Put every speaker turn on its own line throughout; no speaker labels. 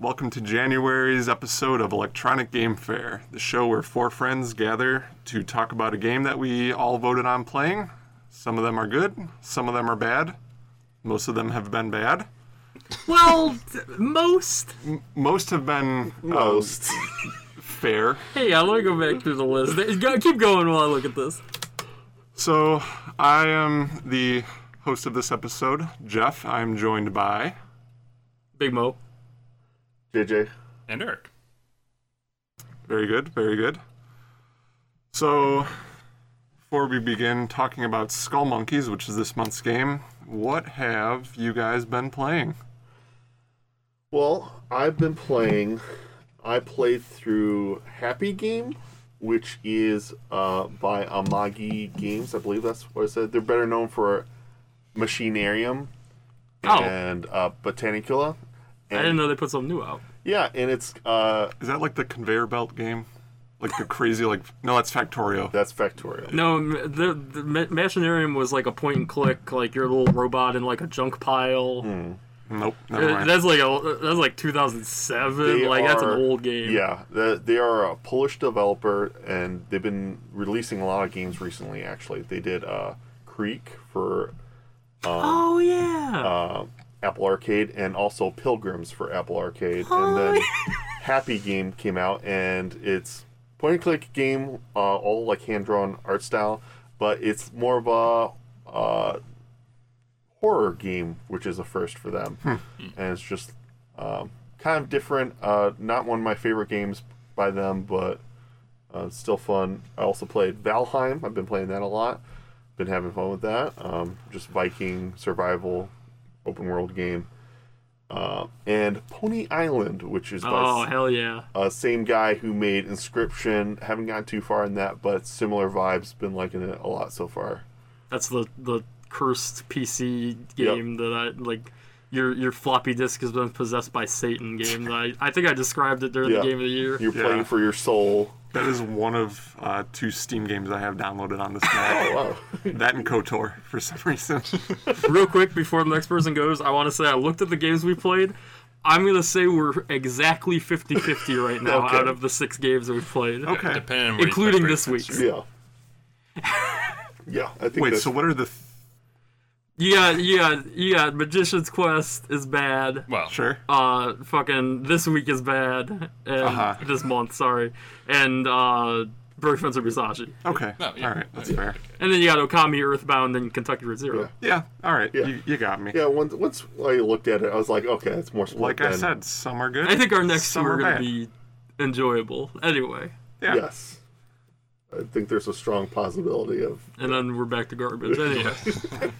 Welcome to January's episode of Electronic Game Fair, the show where four friends gather to talk about a game that we all voted on playing. Some of them are good, some of them are bad, most of them have been bad.
Well, t- most.
Most have been uh,
Most.
fair.
Hey, I want to go back through the list. Go- Keep going while I look at this.
So, I am the host of this episode, Jeff. I'm joined by.
Big Mo.
JJ.
and Eric.
Very good, very good. So, before we begin talking about Skull Monkeys, which is this month's game, what have you guys been playing?
Well, I've been playing. I played through Happy Game, which is uh, by Amagi Games. I believe that's what it said. They're better known for Machinarium
Oh.
and uh, Botanicula.
I didn't know they put something new out.
Yeah, and it's uh,
Is that like the conveyor belt game? Like the crazy, like, no, that's Factorio.
that's Factorial.
No, m- the, the Ma- Machinarium was like a point and click, like your little robot in like a junk pile.
Hmm.
Nope, never
Uh,
mind.
That's like a, that's like 2007.
They
like that's an
are-
old game.
Yeah, the- they are a Polish developer, and they've been releasing a lot of games recently. Actually, they did uh, Creek for
Oh yeah.
Uh, Apple Arcade, and also Pilgrims for Apple Arcade, and then Happy Game came out, and it's point and click game, uh, all like hand drawn art style, but it's more of a uh, horror game, which is a first for them, and it's just um, kind of different. Uh, not one of my favorite games by them, but uh, it's still fun. I also played Valheim. I've been playing that a lot. Been having fun with that. Um, just Viking survival open world game. Uh, and Pony Island, which is by
oh
s-
hell yeah.
uh, same guy who made Inscription. Haven't gotten too far in that, but similar vibes. Been liking it a lot so far.
That's the the cursed PC game that I like. Your your floppy disk has been possessed by Satan game. that I I think I described it during
Yeah.
the game of the year.
You're
Yeah.
playing for your soul.
that is one of uh, two Steam games I have downloaded on this
Oh,
map.
Wow.
that and KOTOR for some reason.
Real quick before the next person goes, I want to say I looked at the games we played. I'm gonna say we're exactly 50-50 right now
Okay.
out of the six games that we've played,
Okay.
Depending on where you
including
put
this
Brave
week's.
Fencer.
yeah. Yeah, I think
Wait,
that's-
so what are the. Th-
Yeah, yeah, yeah. Magician's Quest is bad.
Well,
sure.
uh fucking this week is bad and
Uh-huh.
this month sorry and uh Bird Fencer Musashi.
Okay.
No, yeah.
All right, that's
Yeah.
fair.
And then you got Okami, Earthbound, and Kentucky Route Zero.
Yeah,
Yeah.
all right.
Yeah.
You, you got me.
Yeah, once once I looked at it, I was like, okay, it's more split.
Like I
than-
said, some are good.
I think our next two
some
are going
bad.
to be enjoyable anyway.
Yeah.
yes, I think there's a strong possibility of
And then we're back to garbage anyway.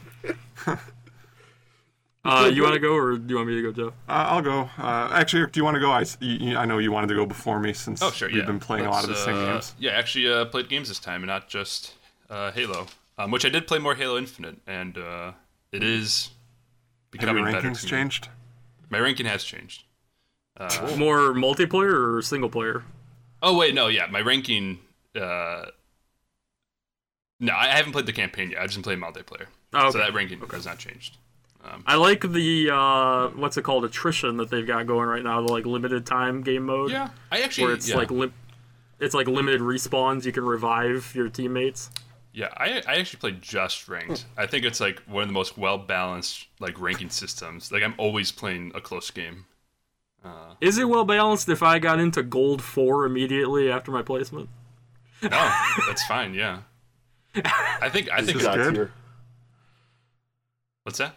uh, you want to go or do you want me to go, Jeff?
Uh, I'll go. Uh, actually, Eric, do you want to go? I, s- you- you- I know you wanted to go before me since
Oh, sure.
we've
yeah.
been playing a lot of the
Let's,
same
uh,
games.
Yeah, actually uh, played games this time, and not just uh, Halo, um, which I did play more Halo Infinite, and uh, it is
Have
becoming
your
better.
rankings
to me.
changed?
My ranking has changed.
More multiplayer or single player?
Oh wait, no, yeah, my ranking. Uh, no, I haven't played the campaign yet. I've just been playing multiplayer,
Oh, okay.
so that ranking has not changed. Um,
I like the, uh, what's it called, attrition that they've got going right now, the like limited time game mode.
yeah, I actually
Where it's
yeah.
like lim- it's like limited respawns. You can revive your teammates.
Yeah, I, I actually play just ranked. I think it's like one of the most well balanced like ranking systems. Like I'm always playing a close game.
Is it well balanced if I got into gold four immediately after my placement?
No, Oh, that's fine. Yeah, I think I think
is
God
good.
tier.
what's that?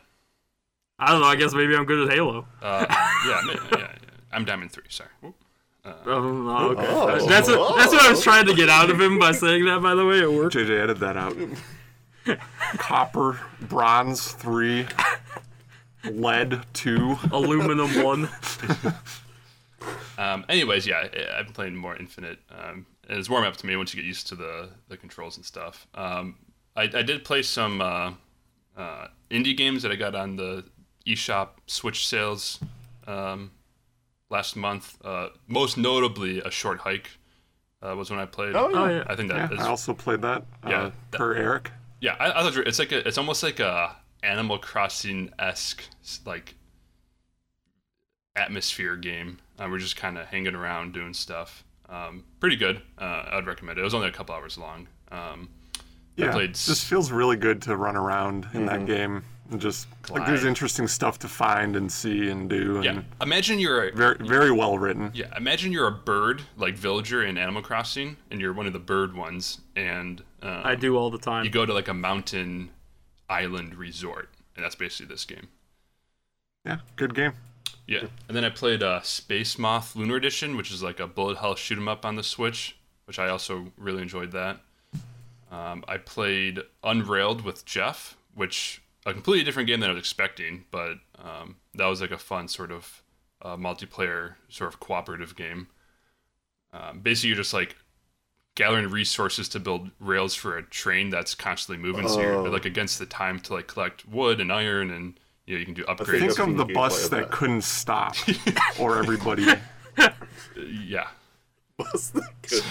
I don't know. I guess maybe I'm good at Halo.
Uh, yeah, no, yeah, yeah, I'm diamond three. Sorry. Whoop.
Um, no, okay.
Oh.
That's a, that's what I was trying to get out of him by saying that. By the way, it worked.
JJ edit that out. Copper, bronze three, lead two.
Aluminum one.
Um, anyways, yeah, I- I've been playing more Infinite, um, and it's warm up to me once you get used to the, the controls and stuff. Um, I, I did play some uh, uh, indie games that I got on the eShop Switch sales um, last month. Uh, most notably, a short hike uh, was when I played.
Oh, yeah.
Oh yeah.
I think
Yeah,
that is
I also played that.
Yeah,
uh,
that-
per Eric.
yeah, I, I thought you were- it's like a, it's almost like a Animal Crossing esque like atmosphere game. Uh, we're just kind of hanging around doing stuff. Um, pretty good. Uh, I'd recommend it. It was only a couple hours long. Um,
Yeah,
played s-
just feels really good to run around in that game and just like there's
Glide.
interesting stuff to find and see and do. And
yeah. Imagine you're a,
very very well written.
yeah. Imagine you're a bird like villager in Animal Crossing, and you're one of the bird ones, and um,
I do all the time.
you go to like a mountain island resort, and that's basically this game.
Yeah, good game.
Yeah, and then I played uh, Space Moth Lunar Edition, which is like a bullet hell shoot 'em up on the Switch, which I also really enjoyed that. Um, I played Unrailed with Jeff, which a completely different game than I was expecting, but um, that was like a fun sort of uh, multiplayer sort of cooperative game. Um, basically, you're just like gathering resources to build rails for a train that's constantly moving, so
Oh.
you're like against the time to like collect wood and iron, and you know you can do upgrades.
Think
I've
of
seen
the
gameplay
bus
of
that,
that.
couldn't stop, or everybody.
yeah.
That's not good.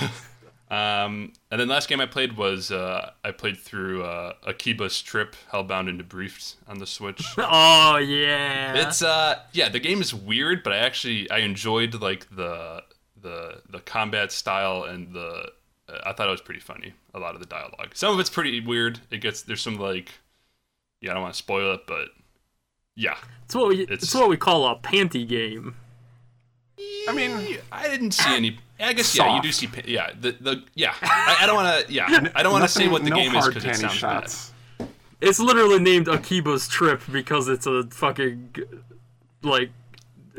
Um, and then last game I played was uh, I played through uh, Akiba's Trip, Hellbound and Debriefed on the Switch.
Oh yeah.
It's uh, yeah, the game is weird, but I actually I enjoyed like the the the combat style and the I thought it was pretty funny. A lot of the dialogue. Some of it's pretty weird. It gets there's some like yeah, I don't want to spoil it, but yeah,
It's what we
It's-
it's, what we call a panty game.
I mean,
I didn't see any. I guess yeah, you do see. pa- Yeah, the the yeah. I, I don't want to. Yeah, I don't want to say
nothing-
what the
no
game is
hard
because it
panty
sounds bad.
shots.
It's literally named Akiba's Trip because it's a fucking like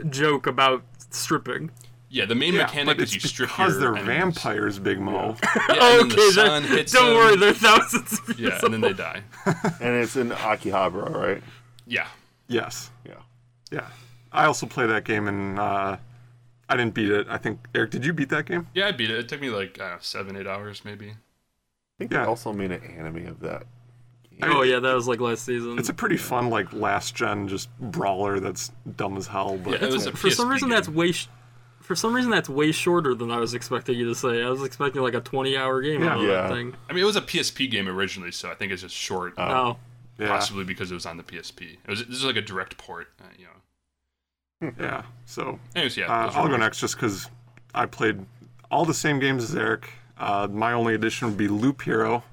joke about stripping.
Yeah, the main
Yeah,
mechanic
but
is
it's
you strip
because
your
they're
enemies.
vampires, Big Mo.
Yeah, and then the
okay, there-
sun hits
don't
them.
worry, there are thousands of people.
Yeah, and then they die.
and it's in Akihabara, right?
Yeah,
yes,
Yeah.
yeah. I also play that game, and uh, I didn't beat it. I think Eric, did you beat that game?
yeah, I beat it. It took me like I don't know, seven, eight hours maybe.
I think
Yeah.
they also made an anime of that.
Oh yeah, that was like last season.
It's a pretty fun, like last gen, just brawler that's dumb as hell. But
Yeah, it was a
for some
PSP
reason
game.
that's way sh- for some reason that's way shorter than I was expecting you to say. I was expecting like a 20-hour game out of
Yeah.
that thing.
I mean, it was a PSP game originally, so I think it's just short,
Oh.
yeah,
possibly because it was on the PSP. It was this is like a direct port, uh, you know.
yeah. So
Anyways, yeah,
Uh,
those were
I'll go
mine.
next just because I played all the same games as Eric. Uh, my only addition would be Loop Hero,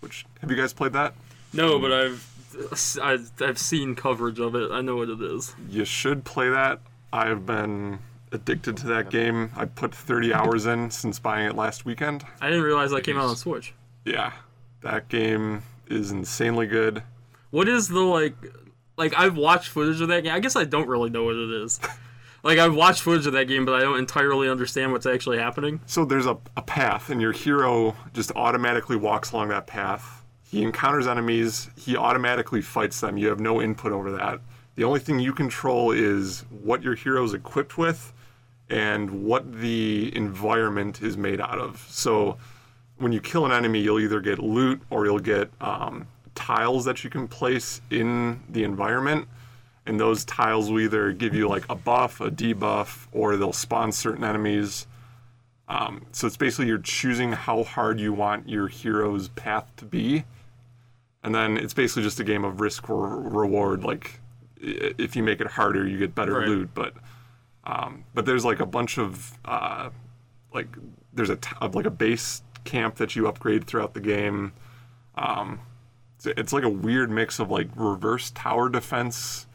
which have you guys played that?
No, but I've I've, I've seen coverage of it. I know what it is.
You should play that. I have been addicted to that game. I put 30 hours in since buying it last weekend.
I didn't realize that came out on Switch.
Yeah, that game is insanely good.
What is the like like I've watched footage of that game. I guess I don't really know what it is. Like I've watched footage of that game, but I don't entirely understand what's actually happening.
So there's a, a path, and your hero just automatically walks along that path. He encounters enemies, he automatically fights them. You have no input over that. The only thing you control is what your hero's equipped with and what the environment is made out of. So when you kill an enemy, you'll either get loot or you'll get um, tiles that you can place in the environment. And those tiles will either give you like a buff, a debuff, or they'll spawn certain enemies. Um, so it's basically you're choosing how hard you want your hero's path to be. And then it's basically just a game of risk or reward. Like i- if you make it harder, you get better
Right.
loot. But um, but there's like a bunch of uh, like there's a t- of, like a base camp that you upgrade throughout the game. Um, it's, it's like a weird mix of like reverse tower defense,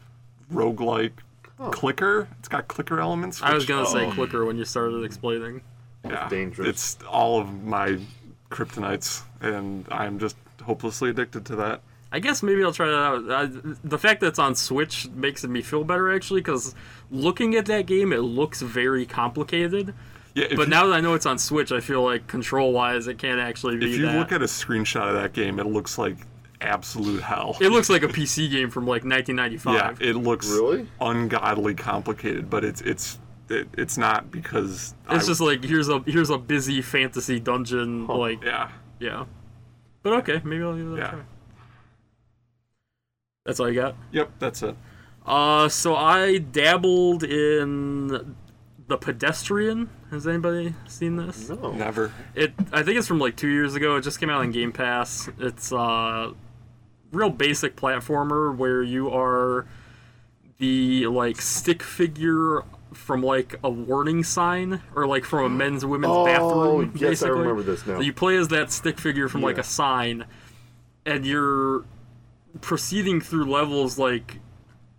roguelike,
Oh.
clicker. It's got clicker elements.
I was
which-
gonna say clicker when you started explaining.
yeah,
dangerous.
It's all of my kryptonites, and I'm just hopelessly addicted to that.
I guess maybe I'll try that out. I, the fact that it's on Switch makes me feel better actually, because looking at that game, it looks very complicated.
Yeah, if
But
you,
now that I know it's on Switch, I feel like control-wise, it can't actually be
if you
that.
look at a screenshot of that game, it looks like absolute hell.
it looks like a PC game from like 1995.
yeah, it looks
Really?
ungodly complicated, but it's it's it, it's not because
It's
I-
just like here's a here's a busy fantasy dungeon like
yeah
yeah. But okay, maybe I'll give it a
Yeah.
try. That's all you got.
yep that's it.
Uh, so I dabbled in the pedestrian. Has anybody seen this?
No.
Never.
It I think it's from like two years ago. It just came out on Game Pass. It's uh, real basic platformer where you are the like stick figure from like a warning sign or like from a men's women's
Oh,
bathroom.
yes, I
basically.
remember this now.
You play as that stick figure from like
Yeah.
a sign, and you're proceeding through levels like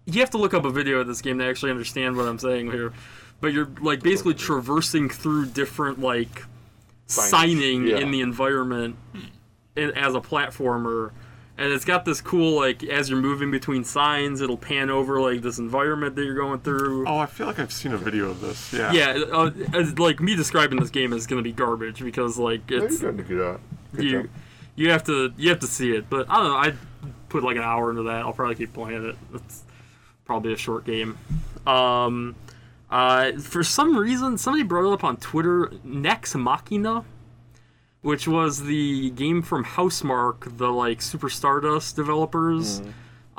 you have to look up a video of this game to actually understand what I'm saying here. But you're like basically traversing through different like signing
yeah.
in the environment in, as a platformer. And it's got this cool like as you're moving between signs, it'll pan over like this environment that you're going through.
Oh, I feel like I've seen a video of this. Yeah.
Yeah, uh, as, like me describing this game is gonna be garbage because like
You're
it's
doing a good, uh, good job.
you you have to you have to see it. But I don't know. I put like an hour into that. I'll probably keep playing it. It's probably a short game. Um, uh, for some reason, somebody brought it up on Twitter. Nex Machina, which was the game from Housemark, the like Super Stardust developers,
Mm.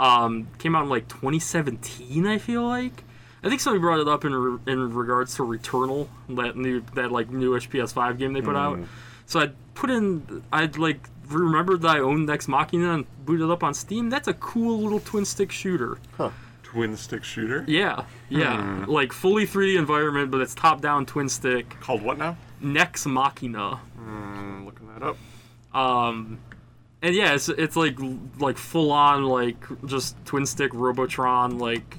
um, came out in like 2017. I feel like. I think somebody brought it up in, re- in regards to Returnal, that new that like newish PS5 game they put
Mm.
out. So I put in, I'd like remembered that I owned Nex Machina and booted it up on Steam. That's a cool little twin stick shooter.
Twin stick shooter.
Yeah, yeah, like fully 3D environment, but it's top down twin stick.
Called what now?
Nex Machina.
I'm looking that up.
Um, and yeah, it's, it's like like full on like just twin stick Robotron, like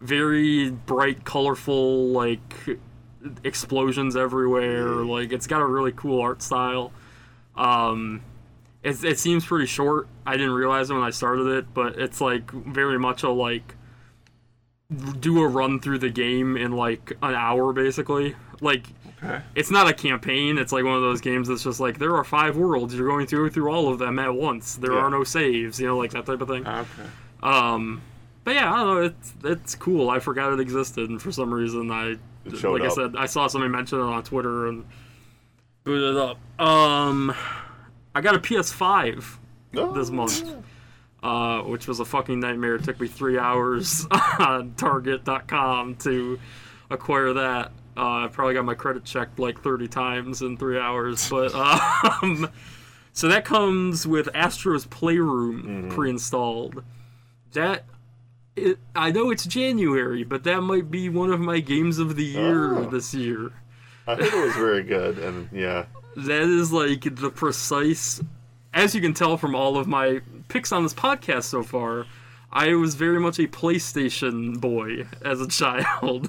very bright, colorful, like explosions everywhere. Like it's got a really cool art style. Um, it it seems pretty short. I didn't realize it when I started it, but it's like very much a like do a run through the game in like an hour basically. Like
Okay.
it's not a campaign. It's like one of those games that's just like there are five worlds. You're going through through all of them at once. There
Yeah. Uh-huh.
are no saves. You know, like that type of thing.
Okay.
Um, but yeah, I don't know. It's it's cool. I forgot it existed, and for some reason, I
It showed
like I
up.
said, I saw somebody mention it on Twitter and booted it up. Um, I got a PS5
No.
this month. Uh, which was a fucking nightmare. It took me three hours on Target.com to acquire that. Uh, I probably got my credit checked like 30 times in three hours. But um, so that comes with Astro's Playroom pre-installed. That it, I know it's January, but that might be one of my games of the year
Oh.
this year.
I think it was very good, and yeah,
That is like the precise, as you can tell from all of my picks on this podcast so far, I was very much a PlayStation boy as a child.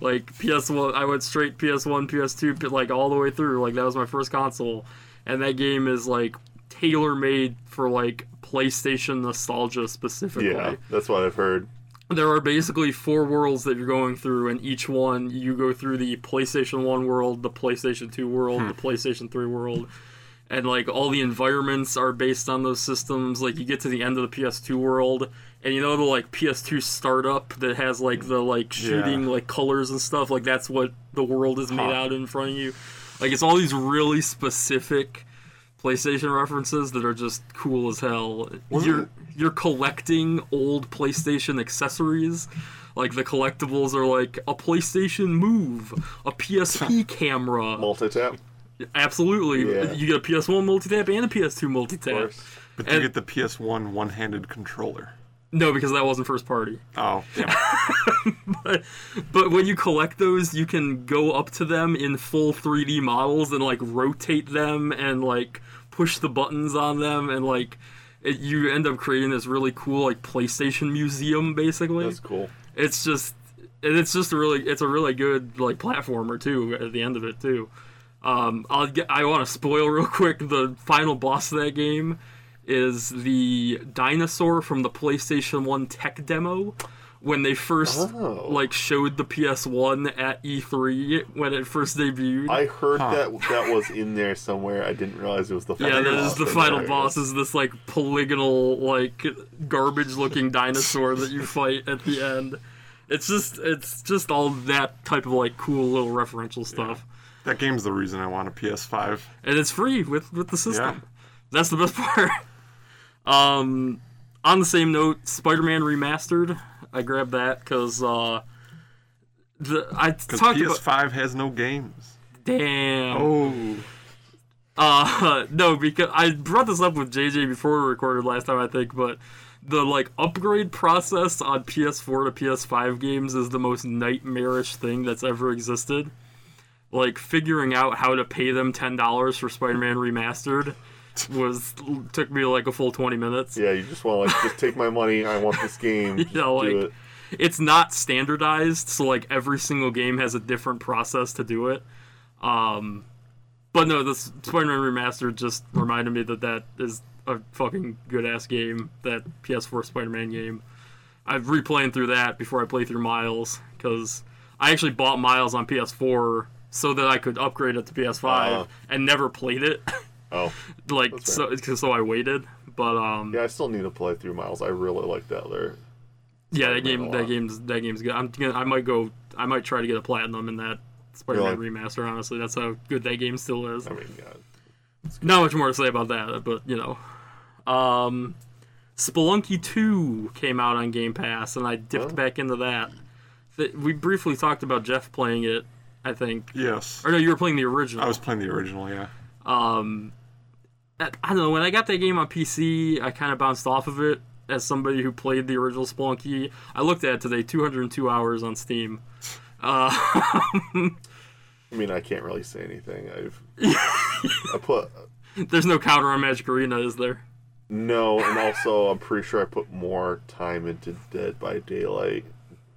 like PS1, I went straight PS1, PS2, but like all the way through. Like that was my first console, and that game is like tailor made for like PlayStation nostalgia specifically
yeah, that's what I've heard.
there are basically four worlds that you're going through, and each one you go through the PlayStation 1 world, the PlayStation 2 world, the PlayStation 3 world, and like all the environments are based on those systems. Like you get to the end of the PS2 world, and you know the like PS2 startup that has like the like shooting like colors and stuff, like that's what the world is made out in front of you. Like it's all these really specific PlayStation references that are just cool as hell. You're you're collecting old PlayStation accessories. Like the collectibles are like a PlayStation Move, a PSP camera.
Multi tap, of
Absolutely,
Yeah.
you get a PS1 multitap and a PS2 multitap.
course.
But
And-
you get the PS1 one-handed controller.
No, because that wasn't first party.
Oh, damn. it.
But when you collect those, you can go up to them in full 3D models and like rotate them and like push the buttons on them and like it, you end up creating this really cool like PlayStation museum basically.
That's cool.
It's just and it's just a really it's a really good like platformer too at the end of it too. Um, I'll get, I want to spoil real quick the final boss of that game is the dinosaur from the PlayStation 1 tech demo when they first
Oh.
like showed the PS1 at E3 when it first debuted.
I heard that that was in there somewhere. I didn't realize it was the
yeah,
final
that
boss.
is the
and
final
there it
boss is this like polygonal like garbage looking dinosaur that you fight at the end. It's just it's just all that type of like cool little referential stuff.
that game's the reason I want a PS5.
and it's free with with the system.
Yeah.
That's the best part. um, on the same note, Spider-Man remastered. I grabbed that because uh, the I
Because
talked
PS5
about
has no games.
damn.
Oh.
Uh, no, because I brought this up with JJ before we recorded last time, I think, but the like upgrade process on PS4 to PS5 games is the most nightmarish thing that's ever existed. Like figuring out how to pay them ten dollars for Spider-Man Remastered was took me like a full twenty minutes.
Yeah, you just want to like just take my money. I want this game. Just
Yeah,
do
like
it.
it's not standardized, so like every single game has a different process to do it. Um, but no, this Spider-Man Remastered just reminded me that that is a fucking good ass game. That PS4 Spider-Man game. i have replaying through that before I play through Miles because I actually bought Miles on PS4 so that I could upgrade it to PS5
Oh.
and never played it.
Oh,
like
That's
so,
fair.
'cause- so I waited. But um,
yeah. I still need to play through Miles. I really like that other.
Yeah, that
Spider-Man
game.
a
That
lot.
game's. That game's good. I'm gonna. I might go. I might try to get a platinum in that Spider-Man
Really?
remaster. Honestly, that's how good that game still is.
I mean, yeah.
Not much more to say about that, but you know, um, Spelunky Two came out on Game Pass, and I dipped
Oh.
back into that. Th- We briefly talked about Jeff playing it. I think,
Yes.
or no, you were playing the original.
I was playing the original, yeah.
Um, I I don't know. When I got that game on PC, I kind of bounced off of it as somebody who played the original Spelunky. I looked at it today, 202 hours on Steam. Uh,
I mean, I can't really say anything. I've I put
there's no counter on Magic Arena, is there?
no, and also I'm pretty sure I put more time into Dead by Daylight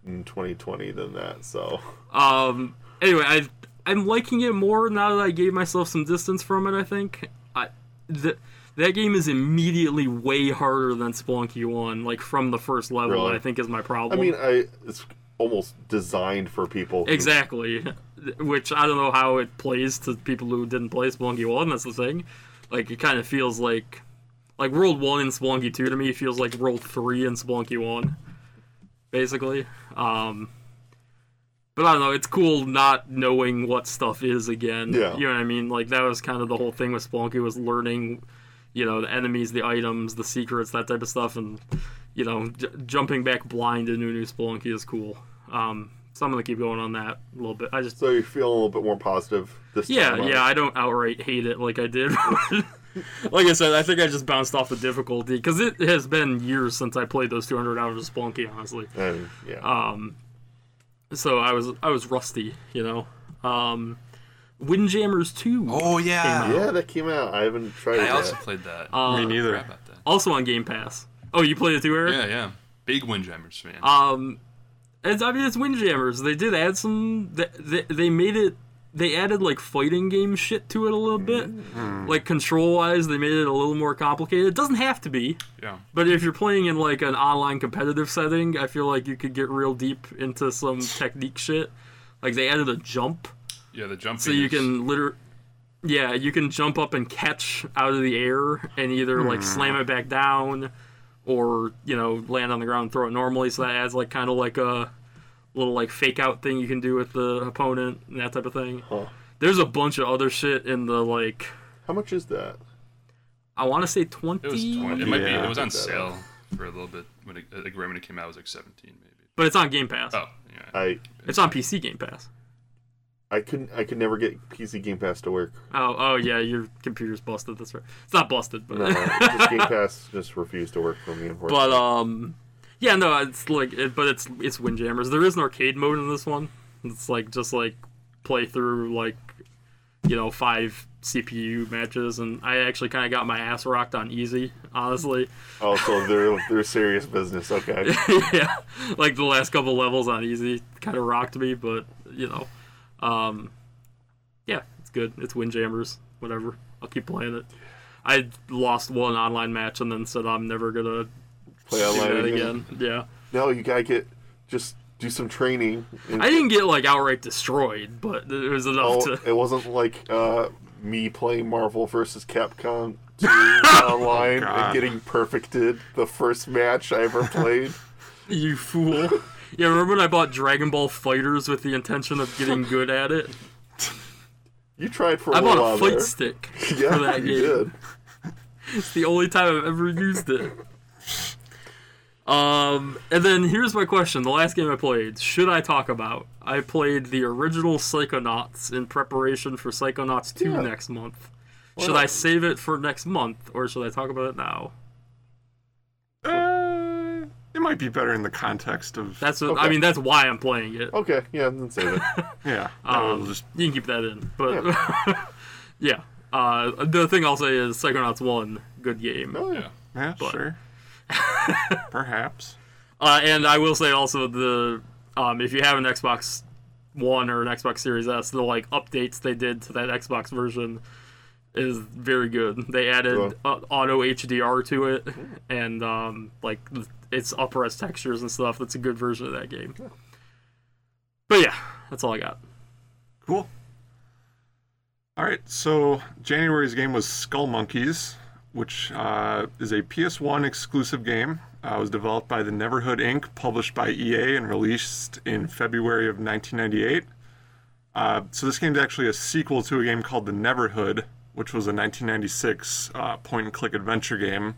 in 2020 than that. So
Um, anyway, I I'm liking it more now that I gave myself some distance from it. I think I th- that game is immediately way harder than Spelunky one, like from the first level.
Really?
I think is my
I
problem.
mean, I it's almost designed for people. who-
Exactly. Which I don't know how it plays to people who didn't play Spelunky 1, that's the thing. Like, it kind of feels like. Like, World 1 and Spelunky 2 to me feels like World 3 and Spelunky 1, basically. Um, but I don't know, it's cool not knowing what stuff is again.
Yeah.
You know what I mean? Like, that was kind of the whole thing with Spelunky, was learning, you know, the enemies, the items, the secrets, that type of stuff, and you know, j- jumping back blind into a new Spelunky is cool. Um, so I'm gonna keep going on that a little bit. I just,
So you feel a little bit more positive this
yeah,
time.
yeah, I don't outright hate it like I did. like I said, I think I just bounced off the difficulty because it has been years since I played those 200 hours of Spelunky, honestly.
yeah. And, yeah.
Um, so I was, I was rusty, you know. Um, Windjammers 2.
Oh yeah.
yeah, that came out. I haven't tried it
I
yet.
also played that.
Uh, Oh,
Me neither.
Forgot about that.
also on Game Pass. Oh, you played it too, Eric?
Yeah, yeah. Big Windjammers fan.
Um, it's, I mean, it's Windjammers. They did add some. They, they, they made it. They added like fighting game shit to it a little bit. Like control wise, they made it a little more complicated. It doesn't have to be,
yeah.
but if you're playing in like an online competitive setting, I feel like you could get real deep into some technique shit. Like they added a jump,
Yeah, the jumping.
so you
is-
can literally. Yeah, you can jump up and catch out of the air and either like
Hmm.
slam it back down or, you know, land on the ground and throw it normally. So that adds like kind of like a little like fake out thing you can do with the opponent and that type of thing.
Huh.
There's a bunch of other shit in the like,
How much is that?
I want to say
It was
20,
twenty. It might
Yeah.
be. It was on
Put that
sale for a little bit when it, like right when it came out. It was like seventeen, maybe.
but it's on Game Pass.
Oh, yeah.
I
It's on PC Game Pass.
I couldn't I could never get PC Game Pass to work.
Oh, oh yeah, your computer's busted. That's right. It's not busted, but
No, just Game Pass just refused to work for me. Unfortunately.
But um, yeah, no, it's like, it, but it's it's Windjammers. There is an arcade mode in this one. It's like just like play through like you know five CPU matches, and I actually kind of got my ass rocked on easy, honestly.
oh, so they're they're serious business. Okay.
yeah, like the last couple levels on easy kind of rocked me, but you know, um, yeah, it's good. It's Windjammers, whatever. I'll keep playing it. I lost one online match and then said I'm never gonna
Play
do
online
that
again.
again. Yeah.
No, you gotta get just do some training. And-
I didn't get like outright destroyed, but it was enough
oh,
to.
it wasn't like uh, me playing Marvel versus Capcom 2 online and
God.
getting perfected the first match I ever played.
You fool! yeah, remember when I bought Dragon Ball Fighters with the intention of getting good at it?
You tried for a
I
little while
bought a fight
there.
stick
yeah,
for that
you
game.
did.
It's the only time I've ever used it. Um, and then here's my question: the last game I played, should I talk about? I played the original Psychonauts in preparation for Psychonauts 2
Yeah.
next month. Should I
not?
save it for next month, or should I talk about it now?
Uh, might be better in the context of
That's what, I
Okay.
mean. That's why I'm playing it.
Okay, yeah, then save it.
yeah. that was just
You can keep that in, but yeah. Uh, the thing I'll say is Psychonauts One, good game.
Oh, yeah.
Yeah.
yeah, sure. Perhaps.
Uh, and I will say also the um, if you have an Xbox One or an Xbox Series S, the like updates they did to that Xbox version is very good. They added uh, auto HDR to it, and um, like it's upper res textures and stuff. That's a good version of that game. But yeah, that's all I got.
Cool. All right, so January's game was Skull Monkeys, which uh, is a PS1 exclusive game. Uh, it was developed by the Neverhood Inc., published by EA, and released in February of 1998. Uh, so this game is actually a sequel to a game called The Neverhood, which was a 1996 uh, point-and-click adventure game.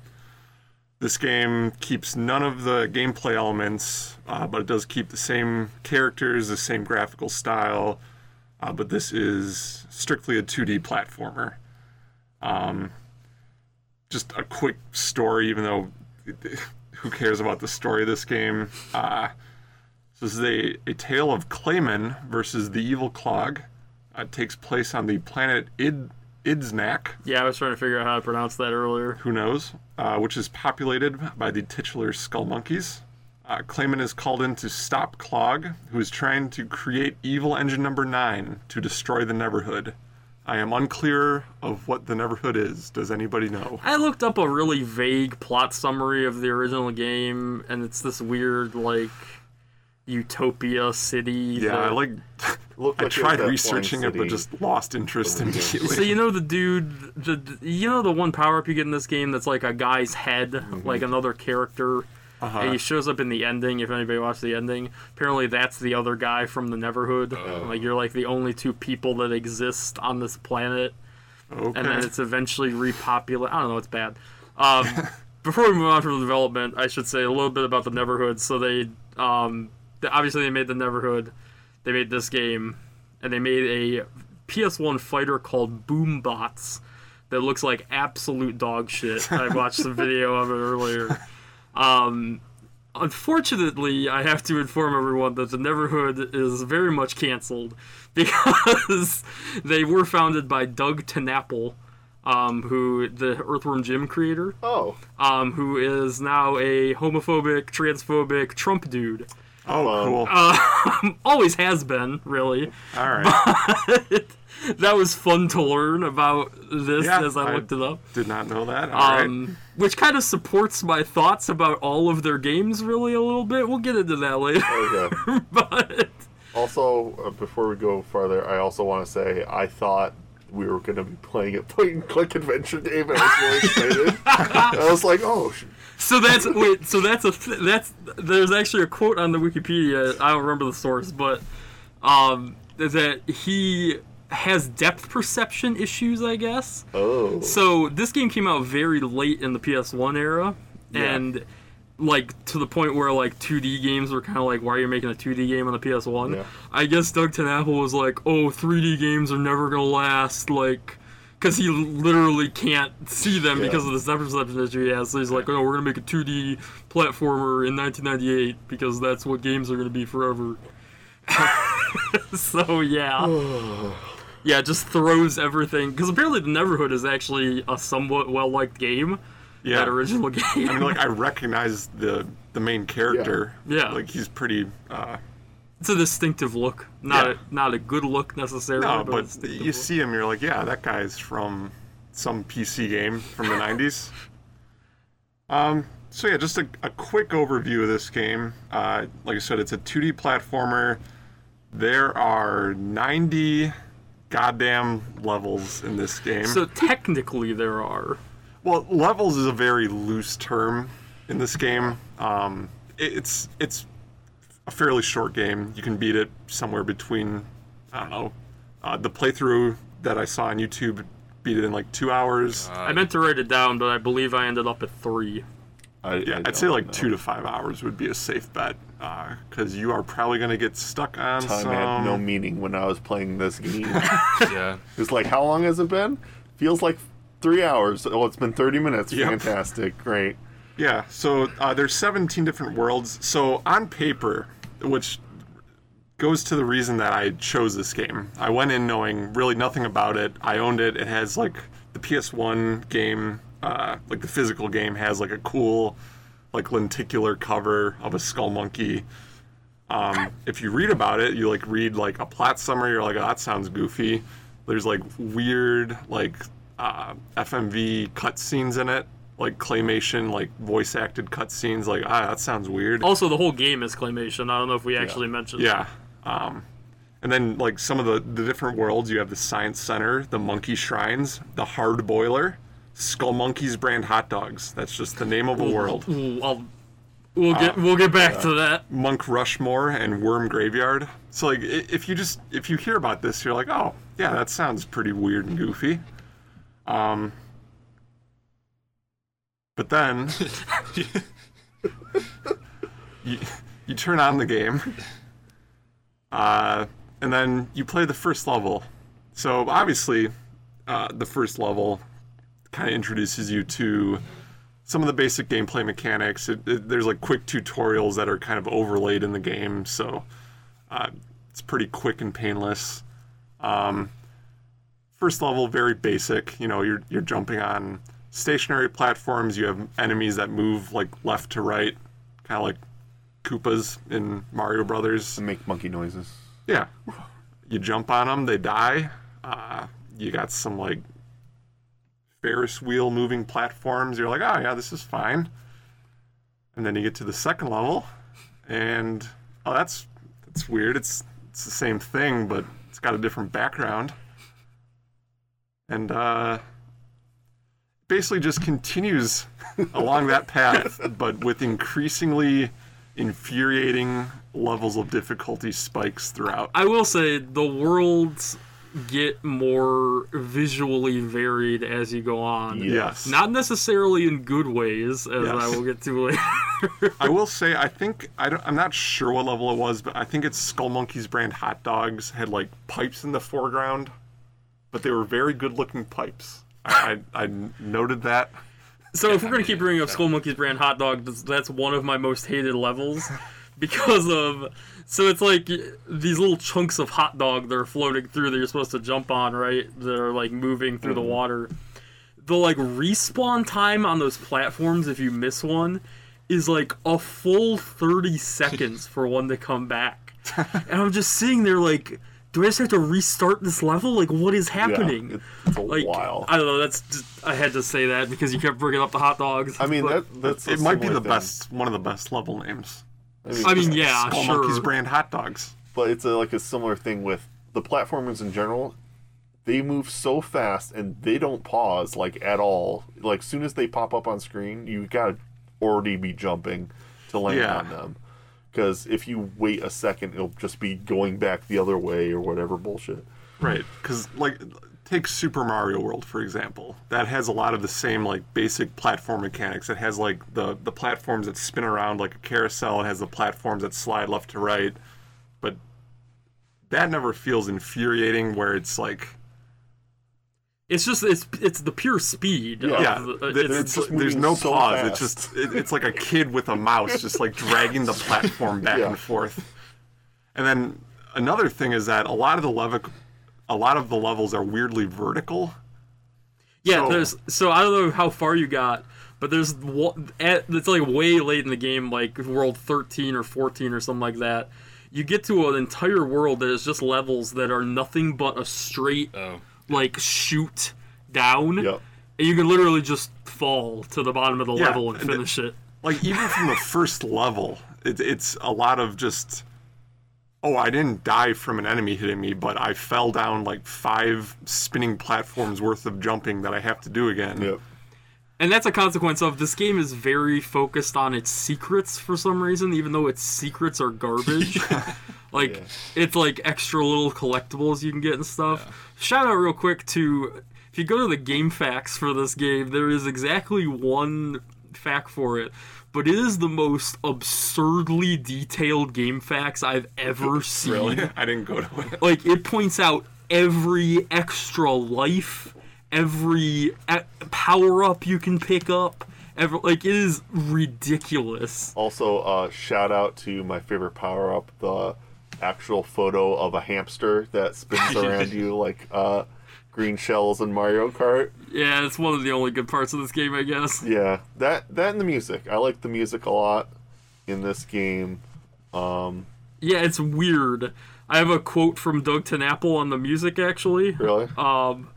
This game keeps none of the gameplay elements, uh, but it does keep the same characters, the same graphical style uh, but this is strictly a 2D platformer. Um, just a quick story, even though who cares about the story of this game? Uh, so this is a, a tale of Clayman versus the evil Clog. Uh, it takes place on the planet Id, Idsnak,
Yeah, I was trying to figure out how to pronounce that earlier.
who knows, uh, which is populated by the titular skull monkeys. Uh, Clayman is called in to stop Clog, who is trying to create evil engine number nine to destroy the Neverhood. I am unclear of what the Neverhood is. Does anybody know?
I looked up a really vague plot summary of the original game, and it's this weird like utopia city.
Yeah, I
that-
like.
Looked
I
like it was that
tried
flying
researching it, but
city.
just lost interest immediately.
So you know the dude, the the- you know the one power up you get in this game that's like a guy's head,
Mhm.
like another character.
Uh-huh.
And he shows up in the ending. If anybody watched the ending, apparently that's the other guy from the Neverhood.
Oh.
Like you're like the only two people that exist on this planet,
okay.
and then it's eventually repopulated. I don't know. It's bad. Um, before we move on from the development, I should say a little bit about the Neverhood. So they, um, th- obviously they made the Neverhood, they made this game, and they made a PS1 fighter called Boombots that looks like absolute dog shit. I watched the video of it earlier. Um, unfortunately, I have to inform everyone that the Neverhood is very much canceled because they were founded by Doug Tenapple, um, who the Earthworm Jim creator
Oh,
um, who is now a homophobic, transphobic Trump dude.
oh, cool.
uh, Always has been, really.
All right.
That was fun to learn about this
Yeah,
as I
I-
looked it up.
Did not know that. All right.
Um, Which kind of supports my thoughts about all of their games, really, a little bit. We'll get into that later.
oh yeah.
but
Also, uh, before we go farther, I also want to say I thought we were going to be playing a point and click adventure game, and I was really excited. I was like, oh, sh-
So that's wait. So that's a th- that's there's actually a quote on the Wikipedia. I don't remember the source, but um, that he has depth perception issues, I guess.
oh,
So this game came out very late in the PS1 era, and like to the point where like 2D games were kind of like, why are you making a 2D game on the PS1?
Yeah.
I guess Doug Tenapple was like, oh, 3D games are never gonna last, like. Because he literally can't see them
Yeah.
because of the depth perception issue he has. So he's like, oh, we're going to make a 2D platformer in 1998 because that's what games are going to be forever. so, yeah. Yeah, it just throws everything. Because apparently, The Neverhood is actually a somewhat well liked game.
yeah.
That original game.
I mean, like I recognize the the main character.
Yeah. Yeah.
Like he's pretty. Uh,
it's a distinctive look. Not
Yeah.
a, not a good look necessarily.
No,
but, a
but
distinctive
you
look.
see him, you're like, yeah, that guy's from some PC game from the 90s. Um, so yeah, just a, a quick overview of this game. Uh, like I said, it's a 2D platformer. There are 90 goddamn levels in this game.
So technically, there are.
Well, levels is a very loose term in this game. Um, it- it's it's a fairly short game. You can beat it somewhere between I don't know. Uh, the playthrough that I saw on YouTube beat it in like two hours.
I meant to write it down, but I believe I ended up at three.
I,
yeah, I'd say like two to five hours would be a safe bet because you are probably going to get stuck on
time
some.
had no meaning when I was playing this game.
Yeah.
It's like, how long has it been? Feels like three hours. Oh, it's been 30 minutes.
Yep.
Fantastic. Great.
Yeah, so uh, there's 17 different worlds. So on paper, which goes to the reason that I chose this game. I went in knowing really nothing about it. I owned it. It has like the PS1 game, uh, like the physical game has like a cool, like lenticular cover of a skull monkey. Um, if you read about it, you like read like a plot summary. You're like, oh, that sounds goofy. There's like weird like uh, FMV cutscenes in it, like claymation, like voice acted cutscenes. Like, ah, that sounds weird.
Also, the whole game is claymation. I don't know if we actually mentioned.
Yeah. Um, and then like some of the, the different worlds, you have the science center, the monkey shrines, the hard boiler, skull monkeys brand hot dogs. That's just the name of a world.
Ooh, I'll, we'll get
Ah,
we'll get back to that.
Monk Rushmore and Worm Graveyard. So like i- if you just if you hear about this, you're like, oh yeah, that sounds pretty weird and goofy. Um, but then you, you turn on the game, uh, and then you play the first level. So obviously, uh, the first level kind of introduces you to some of the basic gameplay mechanics. It, it- there's like quick tutorials that are kind of overlaid in the game, so uh, it's pretty quick and painless. Um, first level, very basic. You know, you're you're jumping on stationary platforms. You have enemies that move like left to right, kind of like Koopas in Mario Brothers.
To make monkey noises.
Yeah. You jump on them, they die. Uh, you got some like Ferris wheel moving platforms. You're like, oh, yeah, this is fine. And then you get to the second level, and oh, that's that's weird. It's it's the same thing, but it's got a different background. And uh, basically just continues along that path, but with increasingly infuriating levels of difficulty spikes throughout.
I will say the worlds get more visually varied as you go on.
Yes.
Not necessarily in good ways, as I
Yes.
will get to later.
I will say, I think I don't, I'm not sure what level it was, but I think it's Skull Monkey's brand hot dogs had like pipes in the foreground, but they were very good-looking pipes. I, I, I noted that.
So if we're gonna keep bringing up Skull Monkey's brand hot dog, that's- that's one of my most hated levels because of. So it's like these little chunks of hot dog that are floating through that you're supposed to jump on, right? That are like moving through
Mm-hmm.
the water. The like respawn time on those platforms if you miss one is like a full 30 seconds for one to come back. And I'm just sitting there like, do I just have to restart this level? Like, what is happening?
Yeah, it- it's a
like
while.
I don't know. That's just, I had to say that because you kept bringing up the hot dogs.
I mean,
But-
that, that's a
it might be
similar
the
thing.
best, one of the best level names.
I mean, yeah,
Skull
sure.
Monkey's brand hot dogs.
but it's a, like a similar thing with the platformers in general. They move so fast and they don't pause like at all. Like soon as they pop up on screen, you gotta already be jumping to land
Yeah.
on them. Because if you wait a second, it'll just be going back the other way or whatever bullshit.
Right, because like take Super Mario World for example. That has a lot of the same like basic platform mechanics. It has like the the platforms that spin around like a carousel. It has the platforms that slide left to right, but that never feels infuriating. Where it's like
it's just it's it's the pure speed. of
yeah,
the-
th-
it's,
it's-
uh, just
there's
moving
no
so
pause. It's
fast.
just it, it's like a kid with a mouse just like dragging the platform back
Yeah.
and forth. And then another thing is that a lot of the level, a lot of the levels are weirdly vertical.
yeah.
so-
There's so I don't know how far you got, but there's one at, it's like way late in the game, like world thirteen or fourteen or something like that. You get to an entire world that is just levels that are nothing but a straight
Oh.
like shoot down,
Yep.
and you can literally just fall to the bottom of the
Yeah,
level and
and it-
finish it.
like even from the first level it, it's a lot of just oh i didn't die from an enemy hitting me but i fell down like five spinning platforms worth of jumping that i have to do again
Yep.
And that's a consequence of this game is very focused on its secrets for some reason, even though its secrets are garbage. like it's like extra little collectibles you can get and stuff. Shout out real quick to if you go to the game facts for this game, there is exactly one fact for it. But it is the most absurdly detailed game facts I've ever seen
really i didn't go to it
like it points out every extra life, every e- power up you can pick up, ever. Like it is ridiculous.
Also, uh, shout out to my favorite power up the actual photo of a hamster that spins around you like uh, green shells in Mario Kart.
Yeah, it's one of the only good parts of this game, I guess.
Yeah, that that and the music. I like the music a lot in this game. Um,
Yeah, it's weird. I have a quote from Doug Tenapple on the music actually.
really?
Um,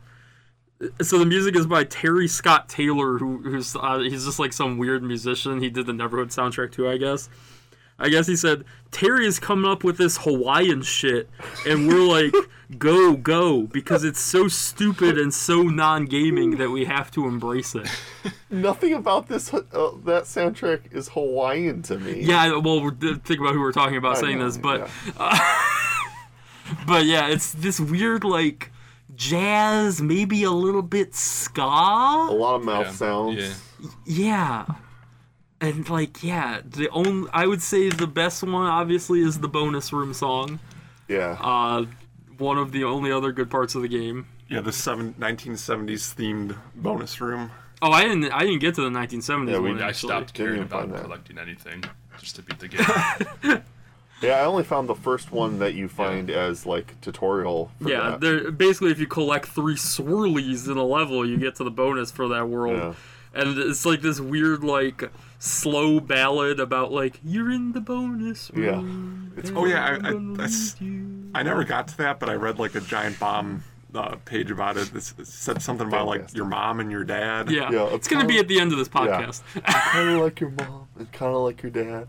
so the music is by Terry Scott Taylor, who, who's uh, he's just like some weird musician. He did the Neverhood soundtrack too, I guess. I guess he said Terry is coming up with this Hawaiian shit, and we're like, go go, because it's so stupid and so non-gaming that we have to embrace it.
Nothing about this uh, that soundtrack is Hawaiian to me.
Yeah, well, we're, think about who we're talking about saying
know,
this, but
yeah.
but yeah, it's this weird like jazz, maybe a little bit ska.
a lot of mouth
Yeah.
sounds.
Yeah.
Yeah. And like yeah, the only I would say the best one obviously is the bonus room song.
Yeah.
Uh one of the only other good parts of the game.
Yeah, the seven, 1970s themed bonus room.
Oh, I didn't I didn't get to the 1970s
Yeah, we-
one
I
actually.
Didn't
stopped caring
even
about
find that.
collecting anything just to beat the game.
Yeah, I only found the first one that you find as like tutorial. For
Yeah,
that.
they're basically if you collect 3 swirlies in a level, you get to the bonus for that world.
Yeah.
And it's like this weird like slow ballad about like you're in the bonus
Yeah.
room.
It's
and
Oh, yeah, I-
I'm
I-
gonna
that's-
lead you.
I never got to that, but I read like a giant bomb uh, page about it. It s- it said something about like
Fantastic.
your mom and your dad.
Yeah,
Yeah,
it's
it's
gonna be
kinda-
at the end of this podcast.
kind of like your mom and kind of like your dad.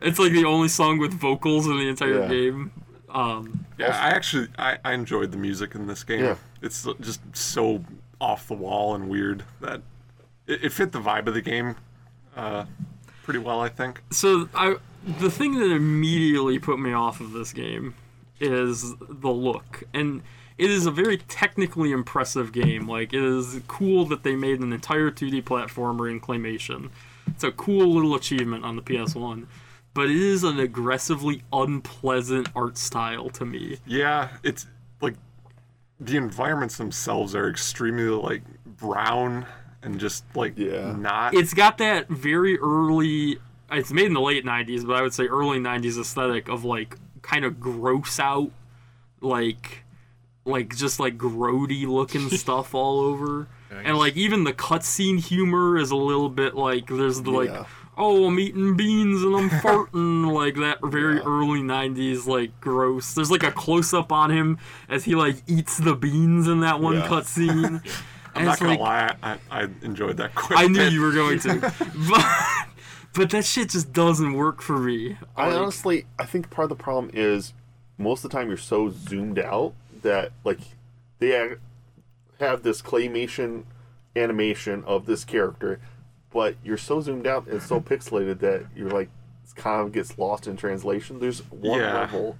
It's like the only song with vocals in the entire
Yeah.
game. Um,
Yeah, I actually I, I enjoyed the music in this game.
Yeah.
It's just so off the wall and weird that it, it fit the vibe of the game uh, pretty well, I think.
so I, the thing that immediately put me off of this game is the look, and it is a very technically impressive game. Like it is cool that they made an entire 2D platformer in claymation. It's a cool little achievement on the PS1, but it is an aggressively unpleasant art style to me.
Yeah, it's like the environments themselves are extremely like brown and just like
Yeah.
not
it's got that very early it's made in the late 90s but i would say early 90s aesthetic of like kind of gross out like like just like grody looking stuff all over and like even the cutscene humor is a little bit like there's the like
Yeah.
oh i'm eating beans and i'm farting like that very early 90s like gross there's like a close-up on him as he like eats the beans in that one
Yeah.
cutscene
I'm not gonna lie, I, I enjoyed that quite
I
a
knew
bit.
you were going to. But, but that shit just doesn't work for me.
I
Like,
honestly, I think part of the problem is most of the time you're so zoomed out that like they ha- have this claymation animation of this character, but you're so zoomed out and so pixelated that you're like it's kind of gets lost in translation. There's one
Yeah.
level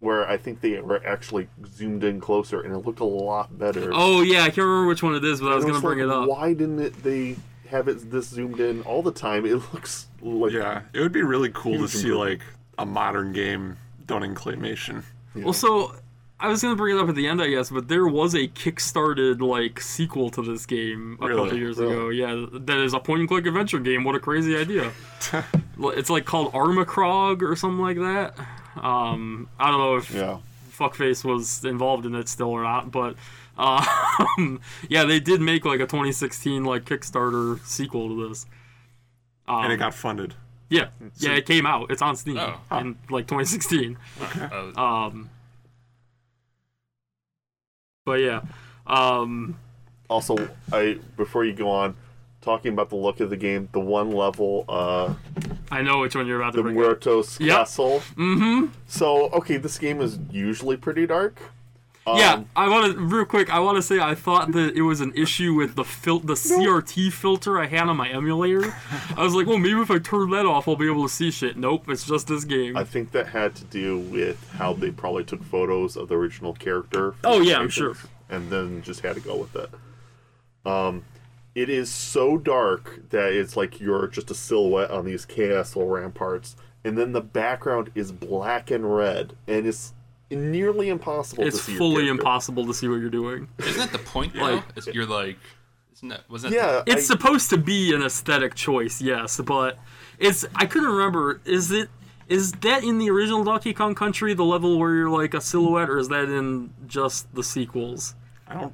where I think they were actually zoomed in closer and it looked a lot better.
oh yeah, I can't remember which one it is, but I was
And
gonna
it's
bring it
like,
up.
Why didn't it, they have it this zoomed in all the time? It looks like
Yeah, it would be really cool to
Huge
see like a modern game done in claymation.
Also, I was gonna bring it up at the end, I guess, but there was a kickstarted like sequel to this game a couple
Really?
years ago. Yeah, that is a point-and-click adventure game. What a crazy idea! Li- it's like called Armacrog or something like that. Um, I don't know if
yeah.
fuckface was involved in it still or not but um, yeah they did make like a 2016 like kickstarter sequel to this
and
Um,
it got funded.
yeah yeah it came out it's on steam
Oh.
in like 2016
Uh,
um but yeah um
also i before you go on talking about the look of the game the one level uh
i know which one you're about to
the
bring up
muertos
Yep.
castle mm-hmm. so okay this game is usually pretty dark um,
yeah, I want to real quick. I want to say I thought that it was an issue with the fil- the CRT filter I had on my emulator. I was like, well, maybe if I turn that off, I'll be able to see shit. Nope, it's just this game.
i think that had to do with how they probably took photos of the original character for
Oh,
the
yeah, I'm
animations,
sure.
and then just had to go with it um it is so dark that it's like you're just a silhouette on these castle ramparts and then the background is black and red and it's nearly impossible
it's
to see your
fully
character.
impossible to see what you're doing.
Isn't that the point though?
Like-
Is you're like Isn't that wasn't that
Yeah,
It's
I-
supposed to be an aesthetic choice, yes, but it's I couldn't remember. Is it is that in the original Donkey Kong Country the level where you're like a silhouette, or is that in just the sequels?
I don't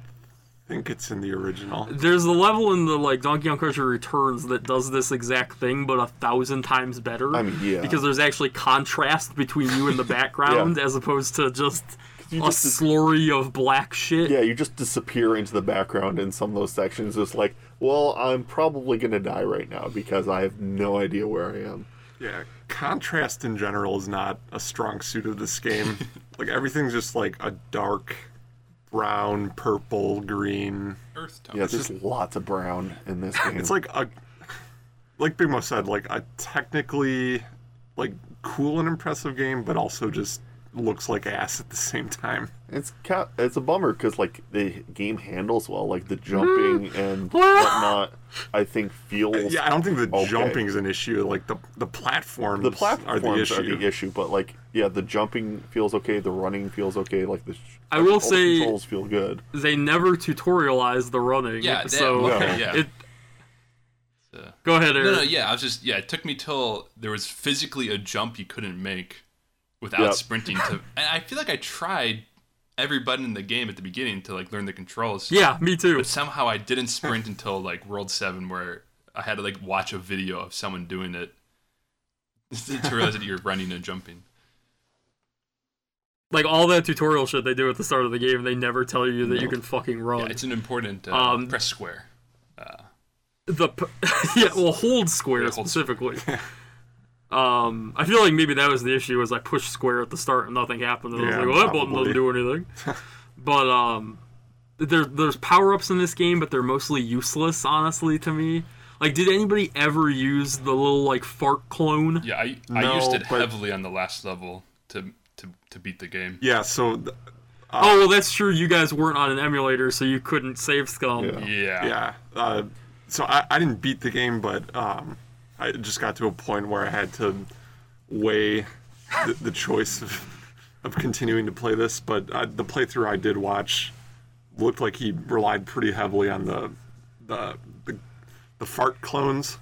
think it's in the original.
There's the level in the like Donkey Kong Country Returns that does this exact thing, but a thousand times better.
I mean, yeah.
Because there's actually contrast between you and the background, as opposed to just a
you just-
slurry of black shit.
yeah, you just disappear into the background in some of those sections. It's like, well, I'm probably gonna die right now because I have no idea where I am.
Yeah, contrast in general is not a strong suit of this game. like everything's just like a dark brown, purple, green.
Earth tone?
Yeah, there's lots of brown in this game.
It's like a like Big Mo said, like a technically like cool and impressive game, but also just looks like ass at the same time.
It's ca- it's a bummer because like the game handles well, like the jumping and whatnot. I think feels
Yeah, I don't think the
Okay.
jumping is an issue. Like the the platforms,
the platforms
are the issue.
but like yeah, the jumping feels okay, the running feels okay, like the sh-
I will
all the
say-
controls feel good.
They never tutorialize the running.
Yeah, that-
so
okay, yeah.
It,
Uh,
go ahead, Eric.
No, no, yeah. I was just yeah. It took me till there was physically a jump you couldn't make without
Yep.
sprinting to. And I feel like I tried every button in the game at the beginning to like learn the controls.
Yeah, me too.
But somehow I didn't sprint until like World Seven, where I had to like watch a video of someone doing it to realize that you're running and jumping.
Like all that tutorial shit they do at the start of the game, they never tell you that you can fucking
Yeah,
run.
it's an important uh,
Um,
press square.
the p- yeah, well, hold square
Yeah, hold
specifically. um, I feel like maybe that was the issue was I pushed square at the start and nothing happened. And I was
Yeah,
like, well, that button
probably.
doesn't do anything. but um, there, there's power ups in this game, but they're mostly useless, honestly, to me. Like, did anybody ever use the little like fart clone?
Yeah, I, I
No,
used it
but-
heavily on the last level to to to beat the game.
Yeah, so th-
Oh well, that's true. You guys weren't on an emulator, so you couldn't save scum.
Yeah.
Yeah.
yeah, uh, so I, I didn't beat the game, but um, I just got to a point where I had to weigh the, the choice of, of continuing to play this. But I, the playthrough I did watch looked like he relied pretty heavily on the the the, the fart clones.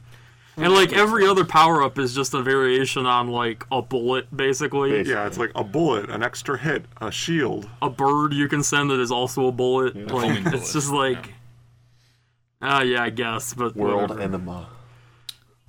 And like every other power up is just a variation on like a bullet, basically.
Basically.
Yeah, it's like a bullet, an extra hit, a shield.
A bird you can send that is also a bullet. Like
homing
it's
bullet,
just like, ah, yeah, I guess. But
World
whatever.
enema.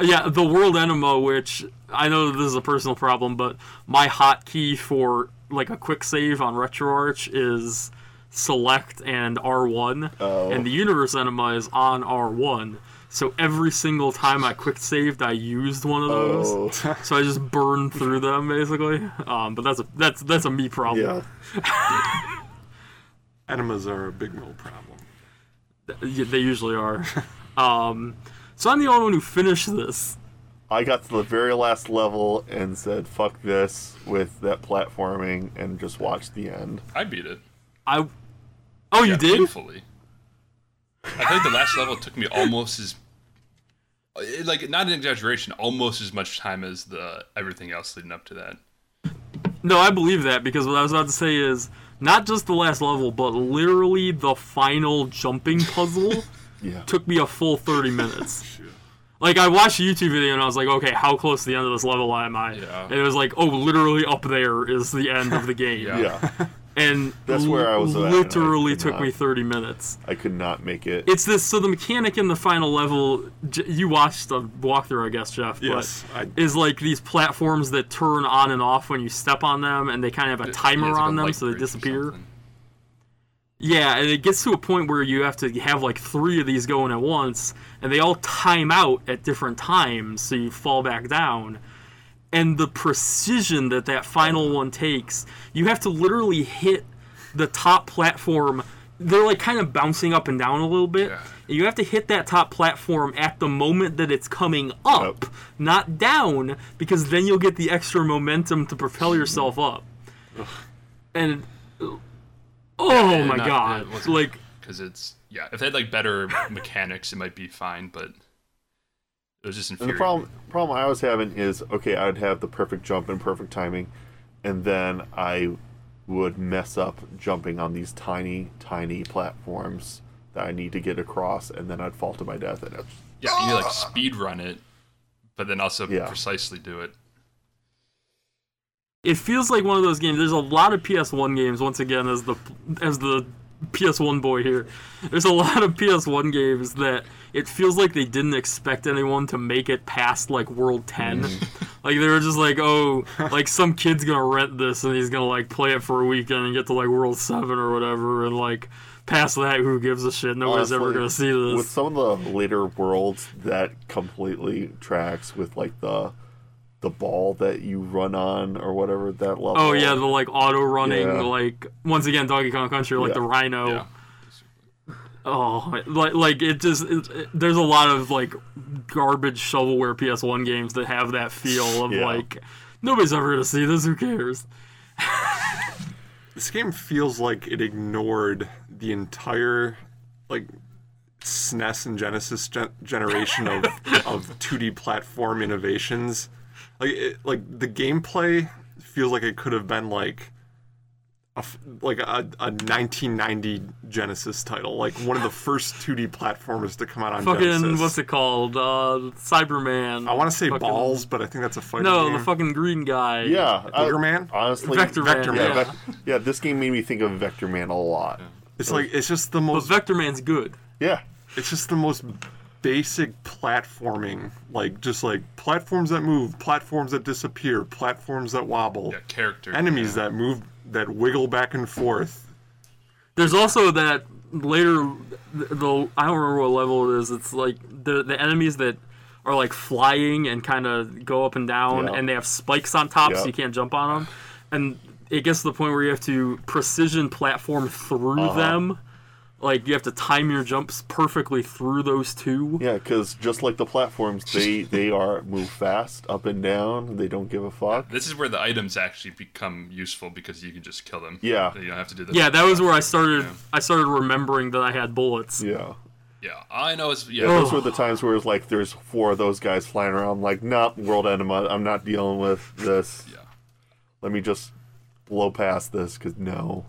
yeah, the world enema, which I know this is a personal problem, but my hotkey for like a quick save on RetroArch is select and R1,
Oh.
and the universe enema is on R1. So every single time I quick saved, I used one of those.
Oh,
So I just burn through them basically. Um, but that's a that's that's a me problem.
yeah.
Enemas are a big mill problem.
Yeah, They usually are. um, so I'm the only one who finished this.
I got to the very last level and said "fuck this" with that platforming and just watched the end.
I beat it.
I oh you
Yeah,
did
painfully. I think the last level took me almost as it- like not an exaggeration, almost as much time as the everything else leading up to that.
no I believe that because what I was about to say is not just the last level but literally the final jumping puzzle
Yeah.
took me a full 30 minutes. Like I watched a YouTube video and I was like, okay, how close to the end of this level am I?
Yeah.
And it was like, oh, literally up there is the end of the game.
Yeah.
Yeah.
and
That's where I was at, and I
literally
could
took
not-
me 30 minutes
I could not make it.
it's this so the mechanic in the final level j- you watched the walkthrough i guess jeff
Yes,
but
I-
is like these platforms that turn on and off when you step on them and they kind of have a timer
It's like a
on them
light
so they
bridge or
disappear
something.
yeah and it gets to a point where you have to have like three of these going at once and they all time out at different times so you fall back down and the precision that that final one takes you have to literally hit the top platform they're like kind of bouncing up and down a little bit
Yeah.
and you have to hit that top platform at the moment that it's coming up
Up.
not down because then you'll get the extra momentum to propel yourself up and oh my
not-
god
it wasn't-
like
Because it's yeah, if they had like better mechanics, it might be fine, but it was just
And the
infuriating.
problem problem I was having is okay, I'd have the perfect jump and perfect timing, and then I would mess up jumping on these tiny, tiny platforms that I need to get across, and then I'd fall to my death. And it's,
Yeah, you like speed run it, but then also
Yeah.
precisely do it.
It feels like one of those games. There's a lot of PS1 games. Once again, as the as the PS1 boy here, there's a lot of PS1 games that it feels like they didn't expect anyone to make it past like World 10.
Mm.
Like they were just like, oh, like some kid's gonna rent this and he's gonna like play it for a weekend and get to like World 7 or whatever, and like past that, who gives a shit? Nobody's ever
honestly,
gonna see this.
With some of the later worlds, that completely tracks with like the the ball that you run on or whatever that level.
Oh yeah, the like auto running,
Yeah.
like once again Donkey Kong Country, like
Yeah.
the Rhino.
Yeah.
Oh, like like it just it, it- there's a lot of like garbage shovelware PS1 games that have that feel of
Yeah.
like nobody's ever gonna see this. Who cares?
This game feels like it ignored the entire like SNES and Genesis gen- generation of of 2D platform innovations. Like it, like the gameplay feels like it could have been like a, f- like a, a 1990 Genesis title, like one of the first 2D platformers to come out on
Fucking
Genesis.
what's it called? Uh, Cyberman.
I want to say
fucking-
balls, but I think that's a fighting
No,
game.
the fucking green guy.
yeah. I-
Booger Man?
honestly,
Vector Man.
Vector Man.
Yeah,
Yeah,
Vec- yeah, this game made me think of Vector Man a lot.
It's like it's just the
but
most
Vector Man's good.
Yeah,
it's just the most basic platforming like just like platforms that move platforms that disappear platforms that wobble
Yeah, character.
enemies that move that wiggle back and forth
There's also that later, the, the I don't remember what level it is. It's like the the enemies that are like flying and kind of go up and down,
Yeah.
and they have spikes on top,
Yeah.
so you can't jump on them. And it gets to the point where you have to precision platform through
Uh-huh.
them. Like you have to time your jumps perfectly through those two.
yeah, because just like the platforms, they they are move fast up and down. They don't give a fuck.
This is where the items actually become useful because you can just kill them.
Yeah.
You don't have to do the
Yeah, that was where I started. I started remembering that I had bullets.
Yeah.
Yeah, I know it's yeah.
Those were the times where it's like there's four of those guys flying around, like, nah, world enema. I'm not dealing with this.
Yeah.
Let me just blow past this because no.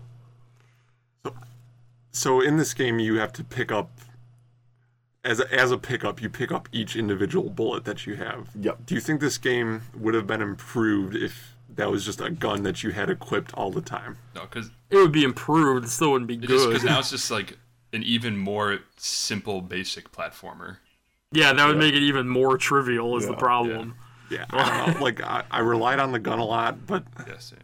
so in this game you have to pick up as a, as a pickup you pick up each individual bullet that you have
Yep.
do you think this game would have been improved if that was just a gun that you had equipped all the time
No, because
It would be improved. It still wouldn't be good.
now it's just like an even more simple, basic platformer.
yeah, that would make it even more trivial. Is the
Yeah.
problem.
yeah i don't know like I, I relied on the gun a lot but
Yeah, same.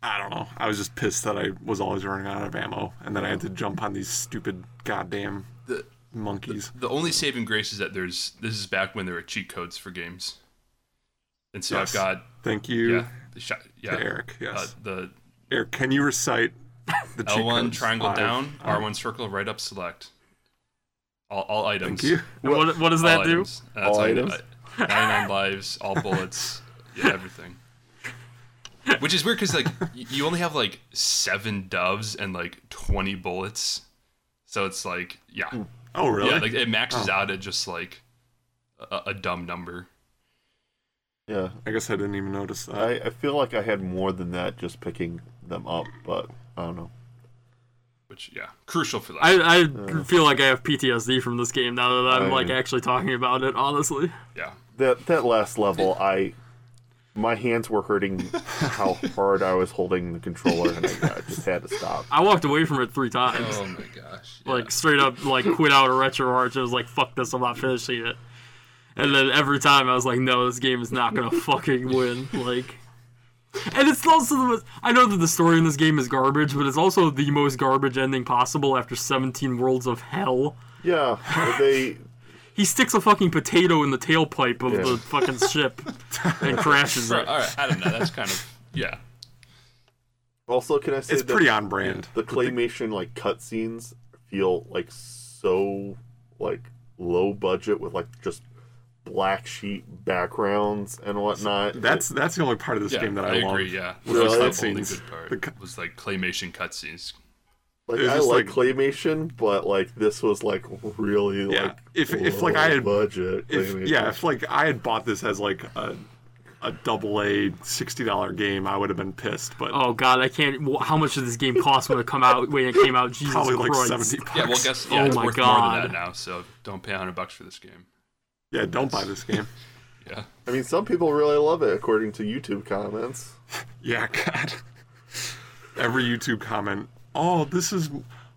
I don't know. I was just pissed that I was always running out of ammo, and then I had to jump on these stupid goddamn
The
monkeys.
the only saving grace is that there's this is back when there were cheat codes for games, and so
Yes.
I've got
Thank you,
yeah, the shot, yeah,
to Eric.
uh,
Yes,
the
Eric, can you recite the cheat
L1
codes?
triangle
I've-
down,
um,
R1 circle right up select. All, all items.
Thank you.
And what, what does
All
that do?
items. That's
All
I-
items?
I- 99 lives, all bullets, yeah, everything. Which is weird because like y- you only have like seven doves and like 20 bullets, so it's like yeah,
Oh really?
yeah, like it maxes out at just like a, a dumb number.
Yeah.
I guess I didn't even notice that.
I, I feel like I had more than that just picking them up, but I don't know.
Which yeah, crucial for that.
I, I feel like I have PTSD from this game now that I'm
I-
like actually talking about it. Honestly,
yeah,
That that last level, I my hands were hurting how hard I was holding the controller, and I, I just had to stop.
I walked away from it three times,
Oh my gosh.
like straight up, like quit out of retro arch. I was like, "Fuck this, I'm not finishing it." And then every time I was like, "No, this game is not gonna fucking win." Like, and it's also the most, I know that the story in this game is garbage, but it's also the most garbage ending possible after 17 worlds of hell.
Yeah, they
He sticks a fucking potato in the tailpipe of
Yeah.
the fucking ship and crashes
All
it.
right, I don't know. That's kind of yeah.
also can I say
it's
that
pretty on brand.
the claymation like cutscenes feel like so like low budget with like just black sheet backgrounds and whatnot.
That's that's the only part of this
Yeah,
game that
I,
I, love.
agree. Yeah,
Really?
That was
Cutscenes.
the only good part.
The cu-
was like claymation cutscenes.
like
it's
I
just
like,
like-
claymation, but like this was like really
Yeah,
like
if- if, like, I
low
had-
budget
If,
claymation.
yeah, if like I had bought this as like a a double A sixty dollar game, I would have been pissed. But
Oh god, I can't. wh- How much did this game cost when it come out? When it came out, Jesus
probably like
Christ!
seventy bucks.
Yeah, well, guess
Oh
yeah, it's
my
worth more
God.
than that now. So don't pay 100 bucks for this game.
Yeah, don't buy this game.
Yeah,
I mean, some people really love it, according to YouTube comments.
Yeah, God. Every YouTube comment. Oh, this is.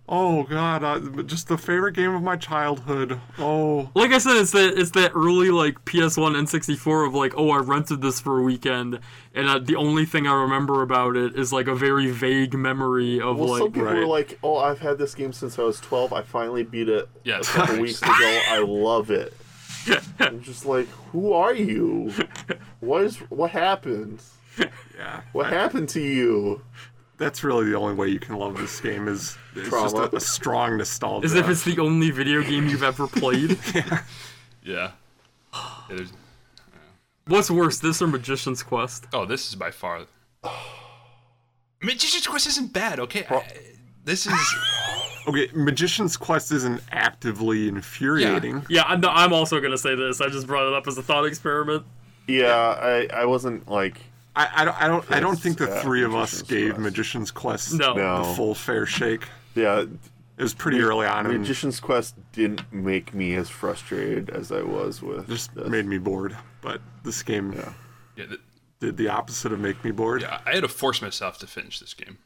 Oh God, uh, just the favorite game of my childhood. Oh,
Like I said, it's that it's that early like PS1 and 64 of like, oh, I rented this for a weekend, and uh, the only thing I remember about it is like a very vague memory of
Well, some
like.
people
right.
were like, "Oh, I've had this game since I was 12. I finally beat it
Yeah,
a
it's
couple
nice.
weeks ago. I love it." I'm just like, "Who are you? What is what happened?
yeah.
What happened to you?"
That's really the only way you can love this game is it's just
Trauma.
a, a strong nostalgia.
As if it's the only video game you've ever played.
yeah. Yeah, there's-
What's worse, this or Magician's Quest?
oh, this is by far. Magician's Quest isn't bad. Okay, I- this is
okay. Magician's Quest isn't actively infuriating.
Yeah, I'm, I'm also gonna say this. I just brought it up as a thought experiment.
Yeah, I I wasn't like
I, I don't. I don't. I don't think the
Yeah,
three of us
Magician's
gave
Quest.
Magician's Quest
No.
the
no.
full fair shake.
Yeah,
It was pretty early on and
Magician's Quest didn't make me as frustrated as I was with
just
this.
made me bored. But this game
yeah, th-
did the opposite of make me bored.
yeah. I had to force myself to finish this game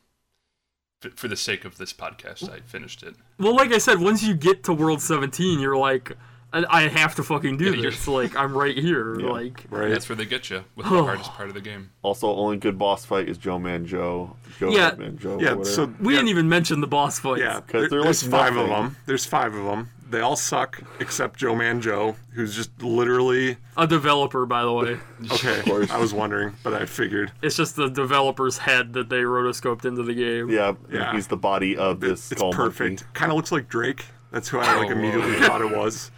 for, for the sake of this podcast. I finished it.
Well, like I said, once you get to World 17, you're like, I, I have to fucking do
Yeah, you're-
this. Like, I'm right here. Like,
Right.
That's where they get you with the hardest part of the game.
Also, only good boss fight is Joe Man Joe. Joe
Yeah.
Man Joe.
yeah.
whatever.
So
we didn't even mention the boss fights.
Yeah,
'Cause
there-
they're
there's
like
five of
nothing.
them. There's five of them. They all suck except Joe Man Joe, who's just literally
A developer, by the way.
okay.
course.
I was wondering, but I figured
It's just the developer's head that they rotoscoped into the game.
yeah,
Yeah.
he's the body of this
it's
skull
perfect.
monkey.
Kind of looks like Drake. That's who I like
Oh,
immediately thought it was.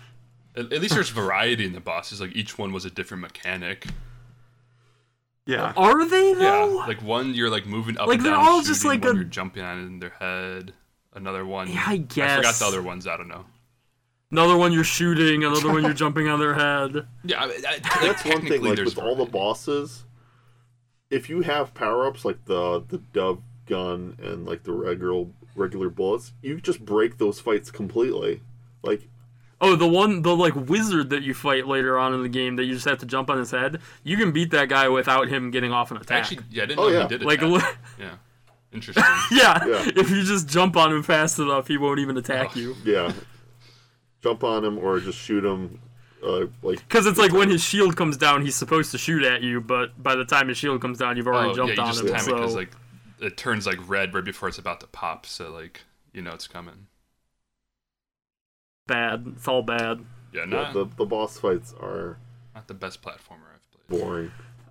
At, at least there's variety in the bosses. Like each one was a different mechanic.
Yeah,
Are they,
Yeah,
though?
like one you're like moving up.
Like,
and
they're
down,
all just,
shooting,
like,
one
a-
you're jumping on in their head. Another one.
Yeah, I
I forgot
guess.
the other ones. I don't know.
Another one you're shooting, another one you're jumping on their head.
Yeah, I, I,
That's one thing. Like
there's
with all the bosses, if you have power ups like the the dove gun and like the regular regular bullets, you just break those fights completely. Like
Oh, the one, the like wizard that you fight later on in the game that you just have to jump on his head. You can beat that guy without him getting off an attack.
Actually, yeah, I didn't
Oh,
know
yeah.
he did it.
like,
yeah.
li-
yeah, interesting.
yeah,
Yeah.
If you just jump on him fast enough, he won't even attack you.
yeah, jump on him or just shoot him. Uh, like
Because it's like when his shield comes down, he's supposed to shoot at you, but by the time his shield comes down, you've already
oh, yeah, you
jumped on
just
him.
time it
so
because like it turns like red right before it's about to pop. So like you know it's coming.
bad. It's all bad.
Yeah,
yeah,
not
the the boss fights are
not the best platformer I've played.
boring.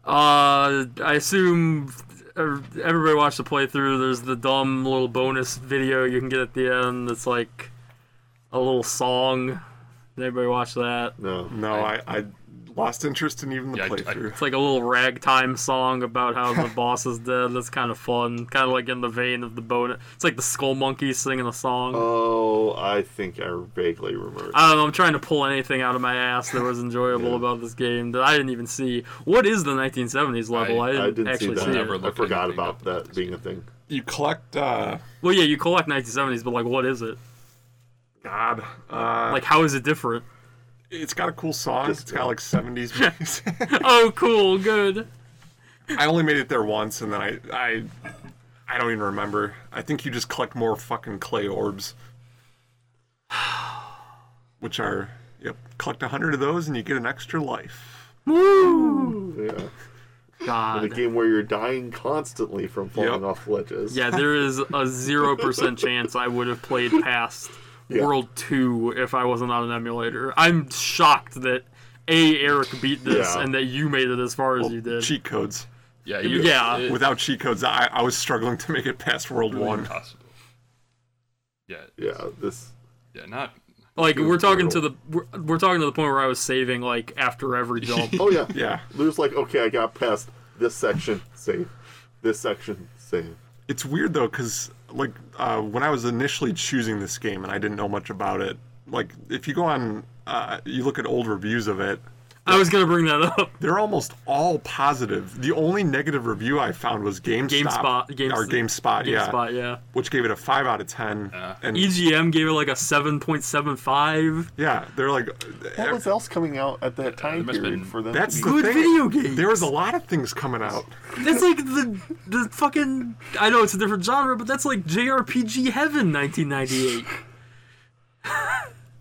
Uh, I assume er- everybody watched the playthrough. There's the dumb little bonus video you can get at the end. That's like a little song. Did everybody watch that?
No,
no, I, I lost interest in even the
Yeah, I- I-
playthrough.
It's like a little ragtime song about how the boss is dead. That's kind of fun. Kind of like in the vein of the bonus. It's like the Skull Monkey singing a song.
Oh, I think I vaguely remember.
I don't know. I'm trying to pull anything out of my ass that was enjoyable about this game that I didn't even see. What is the 1970s level? I,
I-
didn't,
I didn't see
actually see,
that.
it.
Never
I
looked
forgot
anything
about
up about
that
this
being a thing.
you collect, uh,
Well, yeah, you collect 1970s, but like, what is it?
God, uh,
Like, how is it different?
it's got a cool song. It's got like '70s music.
oh, cool, good.
I only made it there once, and then I, I, I don't even remember. I think you just collect more fucking clay orbs, which are yep. Collect a hundred of those, and you get an extra life.
Woo!
Yeah. The
God.
game where you're dying constantly from
Yep.
falling off ledges.
Yeah, there is a zero percent chance I would have played past World Two if I wasn't on an emulator. I'm shocked that a Eric beat this
Yeah. Oh,
and that you made it as far as you did.
Cheat codes.
Yeah, you,
Yeah.
it-
Without cheat codes, I, I was struggling to make it past World
really
One.
impossible. Yeah,
Yeah, this.
yeah, not.
like we're talking to
brutal.
the we're, we're talking to the point where I was saving like after every jump.
Oh yeah.
Yeah,
Lou's like, okay, I got past this section, save. This section, save.
it's weird though, because like uh, when I was initially choosing this game, and I didn't know much about it. Like if you go on, uh, you look at old reviews of it.
I was gonna bring that up.
They're almost all positive. The only negative review I found was GameStop
GameSpot- Games-
or GameSpot, yeah,
GameSpot, yeah.
which gave it a five out of ten. and
EGM gave it like a seven point seven five.
yeah, they're like, eh,
What was else coming out at that time
must've
period
been-
for them? to
that's
be-
the
Good
thing.
video games.
There was a lot of things coming out.
That's like the the fucking. I know it's a different genre, but that's like JRPG heaven, nineteen ninety eight.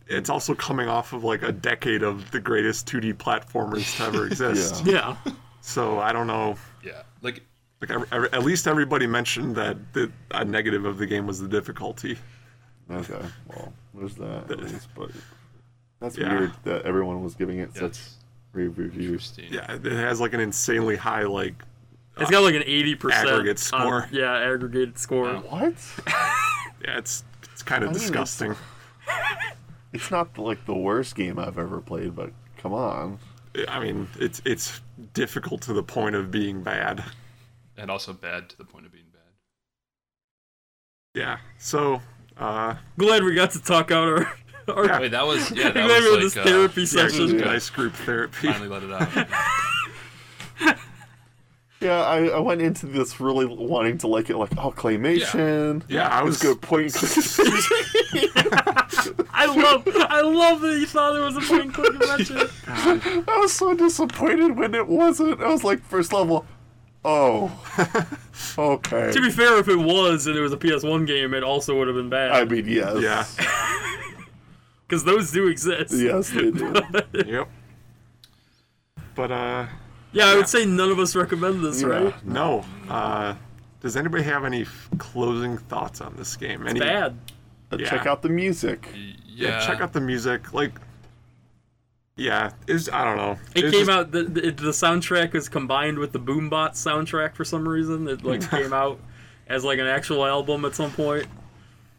It's also coming off of like a decade of the greatest 2D platformers to ever exist.
Yeah,
So I don't know.
Yeah, like
Like I, I- at least everybody mentioned that the, a negative of the game was the difficulty.
Okay, well, there's that at least, but that's
Yeah.
weird that everyone was giving it such
that's
rave reviews.
interesting.
Yeah, it has like an insanely high like
it's got like an eighty percent
Aggregate score.
yeah, aggregate score.
Wow.
What?
yeah, it's it's kind of
mean, it's-
disgusting.
It's not like the worst game I've ever played, but come on.
I mean, it's it's difficult to the point of being bad.
and also bad to the point of being bad.
Yeah. So, uh,
Glad we got to talk out our. our
Yeah.
Wait, that was yeah, that
glad we had
was
this
like uh,
therapy
yeah,
session.
good.
nice group therapy.
finally let it out.
Yeah, I, I went into this really wanting to like it, like oh claymation.
Yeah, I was
It's good point. and click.
I love, I love that you thought it was a point and click adventure.
I was so disappointed when it wasn't. I was like first level. Oh, okay.
To be fair, if it was and it was a PS1 game, it also would have been
I
bad
mean, yes.
Yeah.
because those do exist.
Yes, they did.
Yep. But uh,
Yeah, I would say none of us recommend this, right?
Yeah.
no. Uh, does anybody have any f- closing thoughts on this game? Any,
Bad.
Uh,
Yeah.
Check out the music.
Yeah,
yeah,
Check out the music. Like, yeah, is I don't know.
It
It's
came
just-
out. The, the, the soundtrack was combined with the Boombot soundtrack for some reason. It like came out as like an actual album at some point.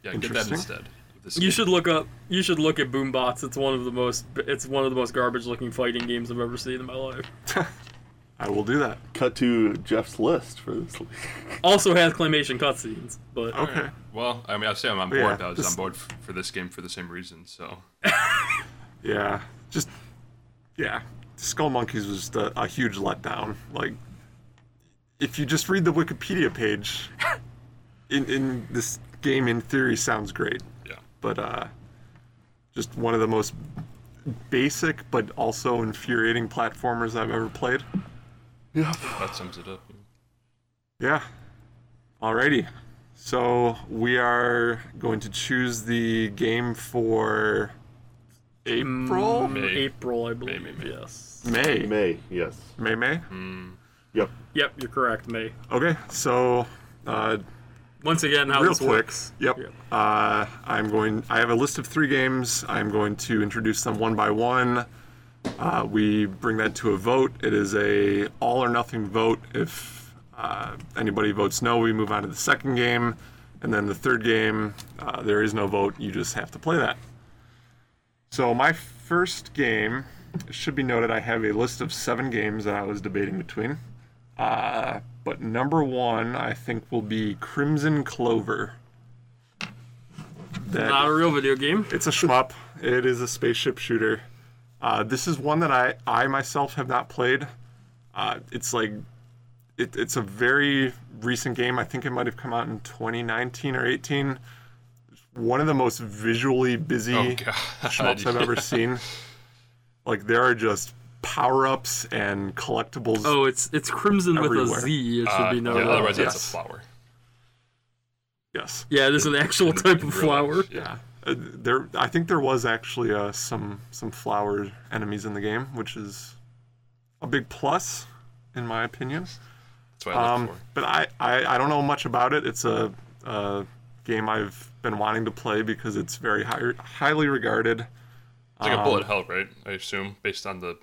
Yeah, get that
Interesting.
instead. This
You should look up. You should look at Boombots. It's one of the most. It's one of the most garbage-looking fighting games I've ever seen in my life.
I will do that.
Cut to Jeff's list for this. week.
Also has claymation cutscenes, but
Okay.
Well, I mean, I say I'm on board.
Yeah,
I was
this-
on board f- for this game for the same reason. So
Yeah. Just yeah. Skull Monkeys was just a, a huge letdown. Like if you just read the Wikipedia page in in this game in theory sounds great,
yeah,
but uh just one of the most basic but also infuriating platformers I've ever played.
Yep.
that sums it up.
Yeah. Alrighty. So we are going to choose the game for April?
Mm,
May.
April, I believe.
May, May.
Yes.
May.
May. Yes.
May May?
Yep.
Yep, you're correct. May.
Okay, so uh,
Once again, how
real
this
quick.
works.
Yep.
Yep.
Uh, I'm going. I have a list of three games. I'm going to introduce them one by one. Uh, we bring that to a vote. It is a all or nothing vote. If uh, anybody votes no, we move on to the second game, and then the third game. Uh, there is no vote. You just have to play that. So my first game it should be noted. I have a list of seven games that I was debating between. Uh, but number one, I think, will be Crimson Clover. That
Not Uh, a real video game.
it's a shmup. It is a spaceship shooter. Uh, this is one that I I myself have not played. Uh, it's like it, it's a very recent game. I think it might have come out in 2019 or 18. One of the most visually busy
Oh god,
shmups I've ever seen. Like there are just power ups and collectibles.
Oh, it's it's crimson with
Everywhere.
a Z. It should
Uh,
be
yeah,
noted. Yeah,
otherwise, that's
Yes.
a flower.
Yes.
it is an actual type
In
of
real
flower.
life, Yeah.
Uh, there I think there was actually uh, some some flower enemies in the game, which is a big plus in my opinion.
That's what I look
Um,
for.
but I, I I don't know much about it. It's a, a game I've been wanting to play because it's very high, highly regarded.
It's like a bullet hell, right? I assume based on the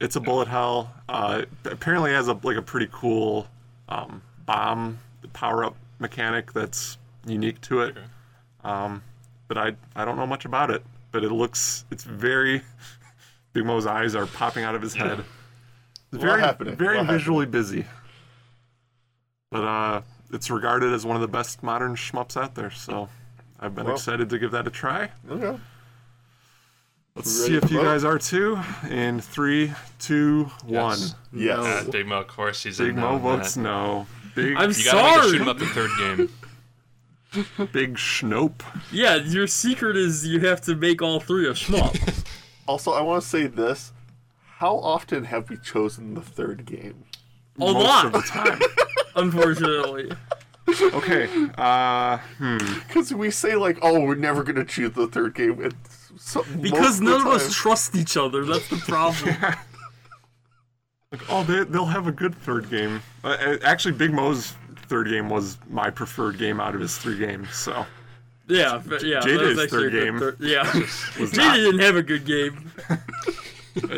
It's a bullet hell. Uh, it apparently has a like a pretty cool um, bomb power up mechanic that's unique to it. Um, but I I don't know much about it. But it looks it's very Big Mo's eyes are popping out of his head. It's very
happening?
very
What
visually busy. But uh, it's regarded as one of the best modern shmups out there. So I've been
Well.
excited to give that a try.
Okay.
Let's see if you
vote?
guys are too. In three, two, one.
Yes.
Yes.
Uh, Big Mo, of course, he's
Big
in
Mo
on that.
votes no. Big
I'm
You gotta make it
sorry.
shoot him up the third game.
big schnope.
Yeah, your secret is you have to make all three a schmuck.
Also, I want to say this. How often have we chosen the third game?
a
most of the
lot,
time.
unfortunately.
okay. Uh,
Because we say, like, oh, we're never going to choose the third game. It's so,
Because
most
none of
the
us
time-
trust each other. That's the problem.
like, oh, they, they'll have a good third game. Uh, uh, actually, Big Mo's third game was my preferred game out of his three games. So
Yeah, but yeah.
Jada
that was
is
actually
third
a good
game.
third- yeah, Jada
not-
didn't have a good game.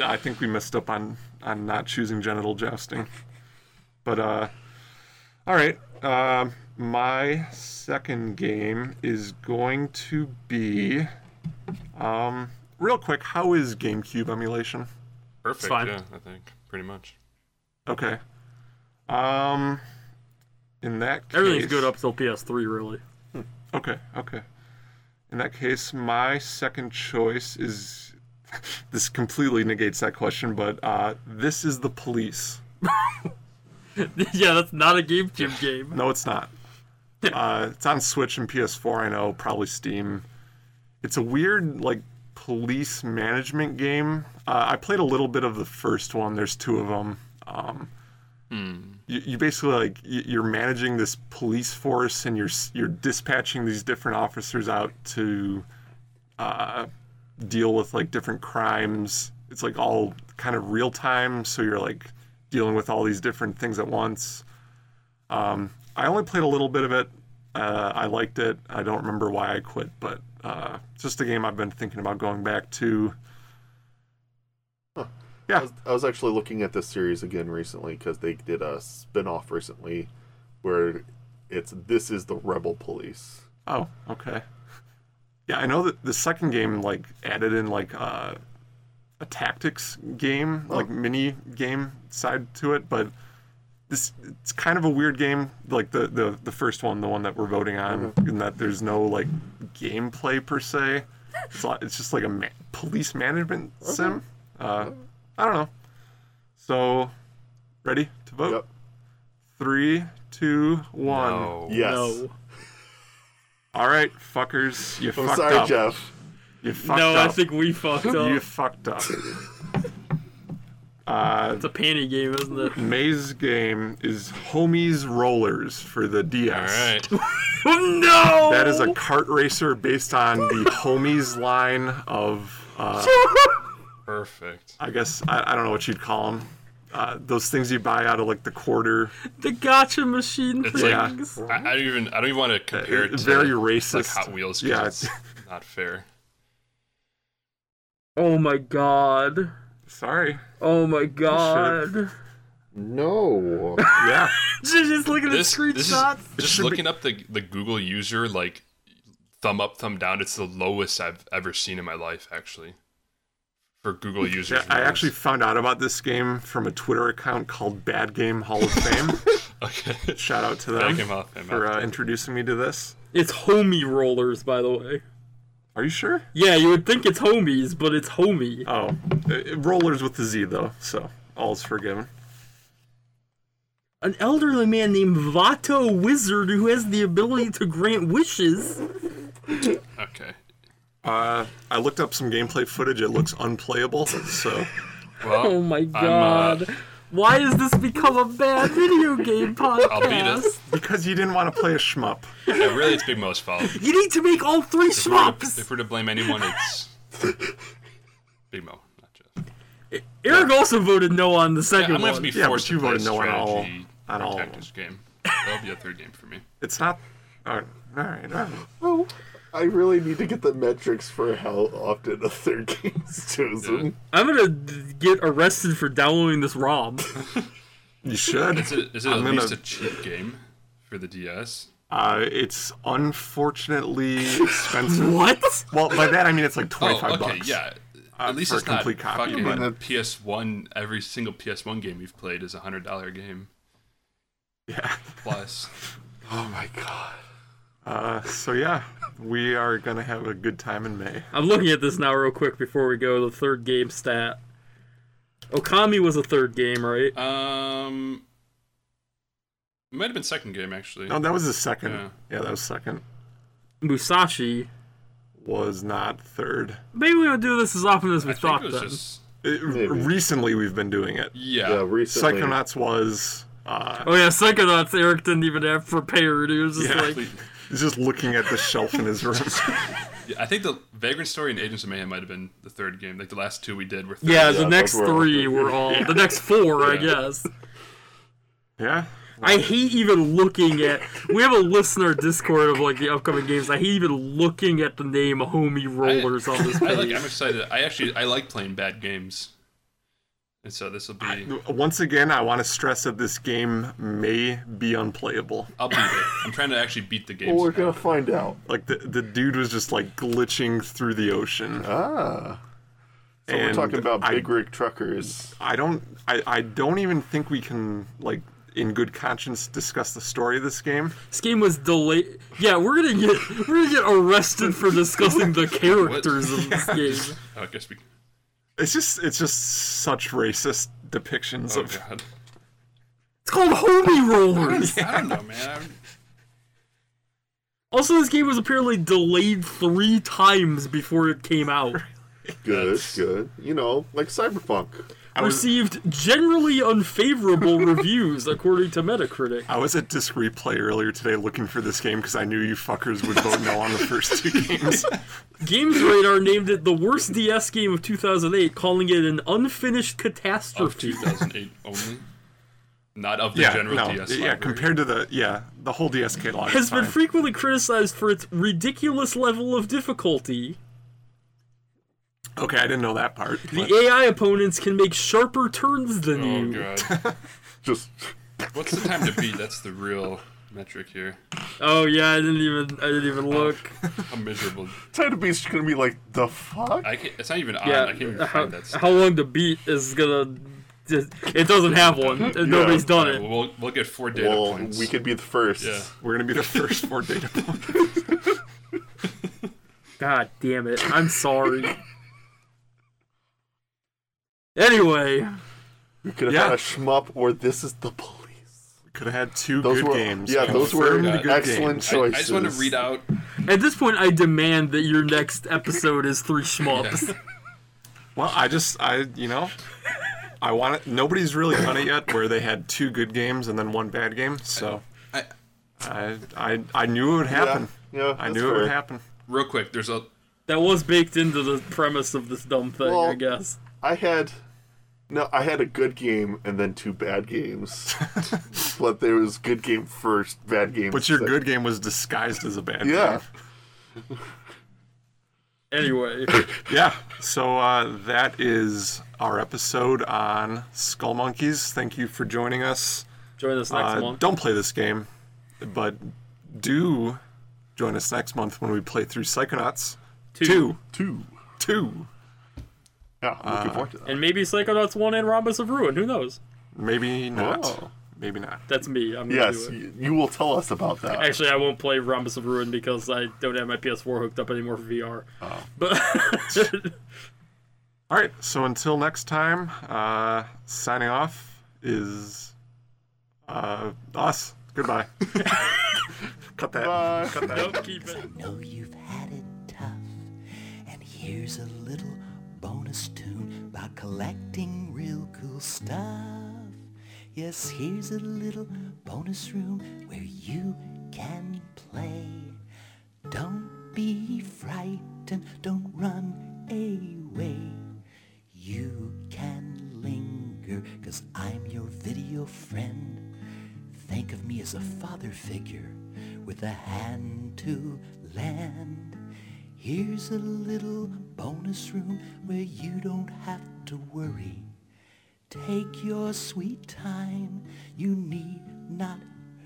I think we messed up on on not choosing genital jousting. But uh, all right. Um, my second game is going to be um, real quick. How is GameCube emulation?
Perfect.
fine.
Yeah, I think pretty much.
Okay. Um, in that case,
Everything's good up till PS3, really.
Okay, okay. In that case, my second choice is. This completely negates that question, but uh, this is the police.
yeah, that's not a GameCube game.
No, it's not. Uh, it's on Switch and PS4. I know, probably Steam. It's a weird like police management game. Uh, I played a little bit of the first one. There's two of them. Um, you, you basically like y- you're managing this police force and you're s- you're dispatching these different officers out to uh, deal with like different crimes. It's like all kind of real time, so you're like dealing with all these different things at once. Um, I only played a little bit of it. Uh, I liked it. I don't remember why I quit, but uh, it's just a game I've been thinking about going back to.
I was, I was actually looking at this series again recently because they did a spin off recently where it's This is the Rebel Police.
Oh, okay. Yeah, I know that the second game like added in like uh, a tactics game,
Oh.
like mini game side to it, but this it's kind of a weird game, like the the, the first one, the one that we're voting on,
Mm-hmm.
in that there's no like gameplay per se. It's a lot, it's just like a ma- police management
Mm-hmm.
sim. Uh, I don't know. So, ready to vote?
Yep.
Three, two, one.
No.
Yes.
No,
All right, fuckers, you
I'm
fucked
sorry,
up.
Jeff.
You fucked
no,
up.
I think we fucked up.
you fucked up. uh,
It's a panty game, isn't it?
May's game is Homies Rollers for the DS.
All right.
no.
That is a kart racer based on the Homies line of, uh,
Perfect.
I guess, I, I don't know what you'd call them. Uh, those things you buy out of like the quarter.
the gotcha machine
It's like-
things.
I, I don't even. I don't even want to compare it to
It's Uh, very
like
racist.
Hot Wheels. 'cause
Yeah.
It's not fair.
oh my god.
Sorry.
Oh my god.
No.
Yeah.
Just, just looking at
This. This is
screenshots.
just
should be-
looking up the the Google user like thumb up, thumb down. It's the lowest I've ever seen in my life, actually. For Google users.
yeah. I
ratings.
actually found out about this game from a Twitter account called Bad Game Hall of Fame.
Okay.
Shout out to
Bad
them
Game Hall of Fame,
for uh, introducing me to this.
It's homie rollers, by the way.
Are you sure?
Yeah, you would think it's homies, but it's homie.
Oh, uh, rollers with the Z though, so all's forgiven.
An elderly man named Vato Wizard who has the ability to grant wishes.
Okay.
Uh, I looked up some gameplay footage. It looks unplayable. So
Well.
Oh my god. Why has this become a bad video game podcast?
I'll beat it.
because you didn't want to play a shmup,
Yeah, really, it's Big Mo's fault.
You need to make all three
If we're to-
swaps.
If we're to blame anyone, it's Big Mo, not Jeff.
E-, Eric also voted no on the
Yeah, I'm
second
gonna have to
one.
be
Yeah,
forced
but you
to play
voted no on all-
strategy
on all of
tactics game. That'll be a third game for me.
it's not. All right, all right. All right.
Oh, I really need to get the metrics for how often a third game is chosen.
I'm gonna d- get arrested for downloading this ROM.
You should.
Is it, is it at
I'm gonna-
least a cheap game for the DS?
Uh, it's unfortunately expensive.
what?
well, by that I mean it's like
Oh,
twenty-five
okay,
bucks.
yeah.
uh,
At least
for a
it's not
complete copy,
fucking
but-
PS1. Every single PS1 game we've played is a hundred dollar game
Yeah.
plus.
Oh my god.
Uh, so yeah, we are gonna have a good time in May.
I'm looking at this now real quick before we go. The third game stat. Okami was a third game, right?
Um, it might have been second game actually.
No, that was the second.
Yeah.
yeah, that was second.
Musashi.
Was not third.
Maybe we don't do this as often as we
I
thought.
think it was
then.
just
It-
Maybe.
recently, we've been doing it.
yeah.
Yeah, recently.
Psychonauts was uh,
Oh yeah, Psychonauts. Eric didn't even have prepared. He was just
Yeah.
like,
Complete-
just looking at the shelf in his room.
yeah, I think the Vagrant Story and Agents of Mayhem might have been the third game. Like the last two we did were. Third.
yeah, the
Yeah,
next
those were all
three
good.
were all the next four, I
Yeah.
guess.
yeah,
I hate even looking at. We have a listener Discord of like the upcoming games. I hate even looking at the name Homie Rollers on this
I
page.
like. I'm excited. I actually I like playing bad games, and so this will be.
Once again, I want to stress that this game may be unplayable.
I'll beat it. I'm trying to actually beat the
Well,
games.
we're
now.
gonna find out.
Like the the dude was just like glitching through the ocean.
Ah, so we're
And
talking about
I-
big rig truckers.
I don't. I, I don't even think we can like in good conscience discuss the story of this game.
This game was delayed. Yeah, we're gonna get we're gonna get arrested for discussing the characters of this game.
Oh, I guess we.
It's just it's just such racist depictions
Oh
of
God.
It's called Homie Rollers.
I don't know, man. I'm-
Also, this game was apparently delayed three times before it came out.
Good,
That's-
good. You know, like Cyberpunk.
Received generally unfavorable reviews according to Metacritic.
I was at Disc Replay earlier today looking for this game because I knew you fuckers would vote no on the first two games.
Games Radar named it the worst DS game of 2008, calling it an unfinished
of
catastrophe.
2008 only, not of the
yeah,
general
no,
DS.
yeah.
library.
Compared to the yeah the whole DS catalog,
Has
it's
been
fine.
frequently criticized for its ridiculous level of difficulty.
okay, I didn't know that part. but-
The AI opponents can make sharper turns than
Oh
you.
god.
Just
What's the time to beat? That's the real metric here.
Oh yeah, I didn't even I didn't even look.
How miserable.
Titan of Beast is gonna be like the fuck.
I can't, it's not even on. I can't even
Yeah, how,
find that. stuff.
how long to beat is gonna. just- It doesn't have one. Nobody's done
Alright,
it.
we'll, we'll get four data
well,
points.
we could be the first.
Yeah.
We're gonna be the first four data points.
God damn it! I'm sorry. anyway,
We could have
Yeah.
had a shmup or this is the police.
Could have had two
Those
good
were
games.
yeah, those were
Confirmed good
excellent
games.
I, I
choices.
just want to read out.
at this point, I demand that your next episode is three shmups.
Well, I just I you know. I want it. Nobody's really done it yet, where they had two good games and then one bad game. So
I,
I, I, I knew it would happen.
Yeah, yeah,
I
that's
knew it would
fair.
happen.
real quick, there's a.
That was baked into the premise of this dumb thing, I
Well-
guess.
I had no, I had a good game and then two bad games. but there was good game first, bad game.
But your
second.
good game was disguised as a bad
Yeah.
game.
Anyway,
Yeah. So uh, that is our episode on Skull Monkeys. Thank you for joining us.
join us next
Uh,
month.
don't play this game, but do join us next month when we play through Psychonauts
Two.
Two.
Two.
Two.
Yeah, I'm
Uh,
looking forward to that.
And maybe Psychonauts 1 and Rhombus of Ruin. Who knows?
Maybe not.
Oh.
Maybe not.
That's me. I'm gonna
Yes,
do it.
you, you will tell us about that.
Actually, I won't play Rhombus of Ruin because I don't have my PS4 hooked up anymore for VR. But
All right. So until next time, uh, signing off is uh, us. Goodbye. Cut that.
Bye.
Cut that.
don't keep it.
know you've had it tough. And here's a little bonus tune about collecting real cool stuff. Yes, here's a little bonus room where you can play. Don't be frightened, don't run away. You can linger, cause I'm your video friend. Think of me as a father figure with a hand to lend. Here's a little bonus room where you don't have to worry. Take your sweet time, you need not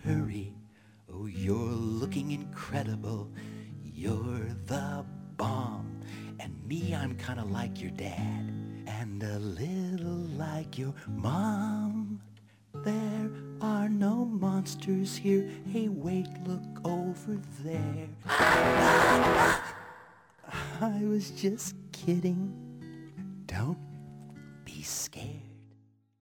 hurry. Oh, you're looking incredible, you're the bomb. And me, I'm kinda like your dad, and a little like your mom. They're are no monsters here. Hey, wait, look over there. I was just kidding. Don't be scared.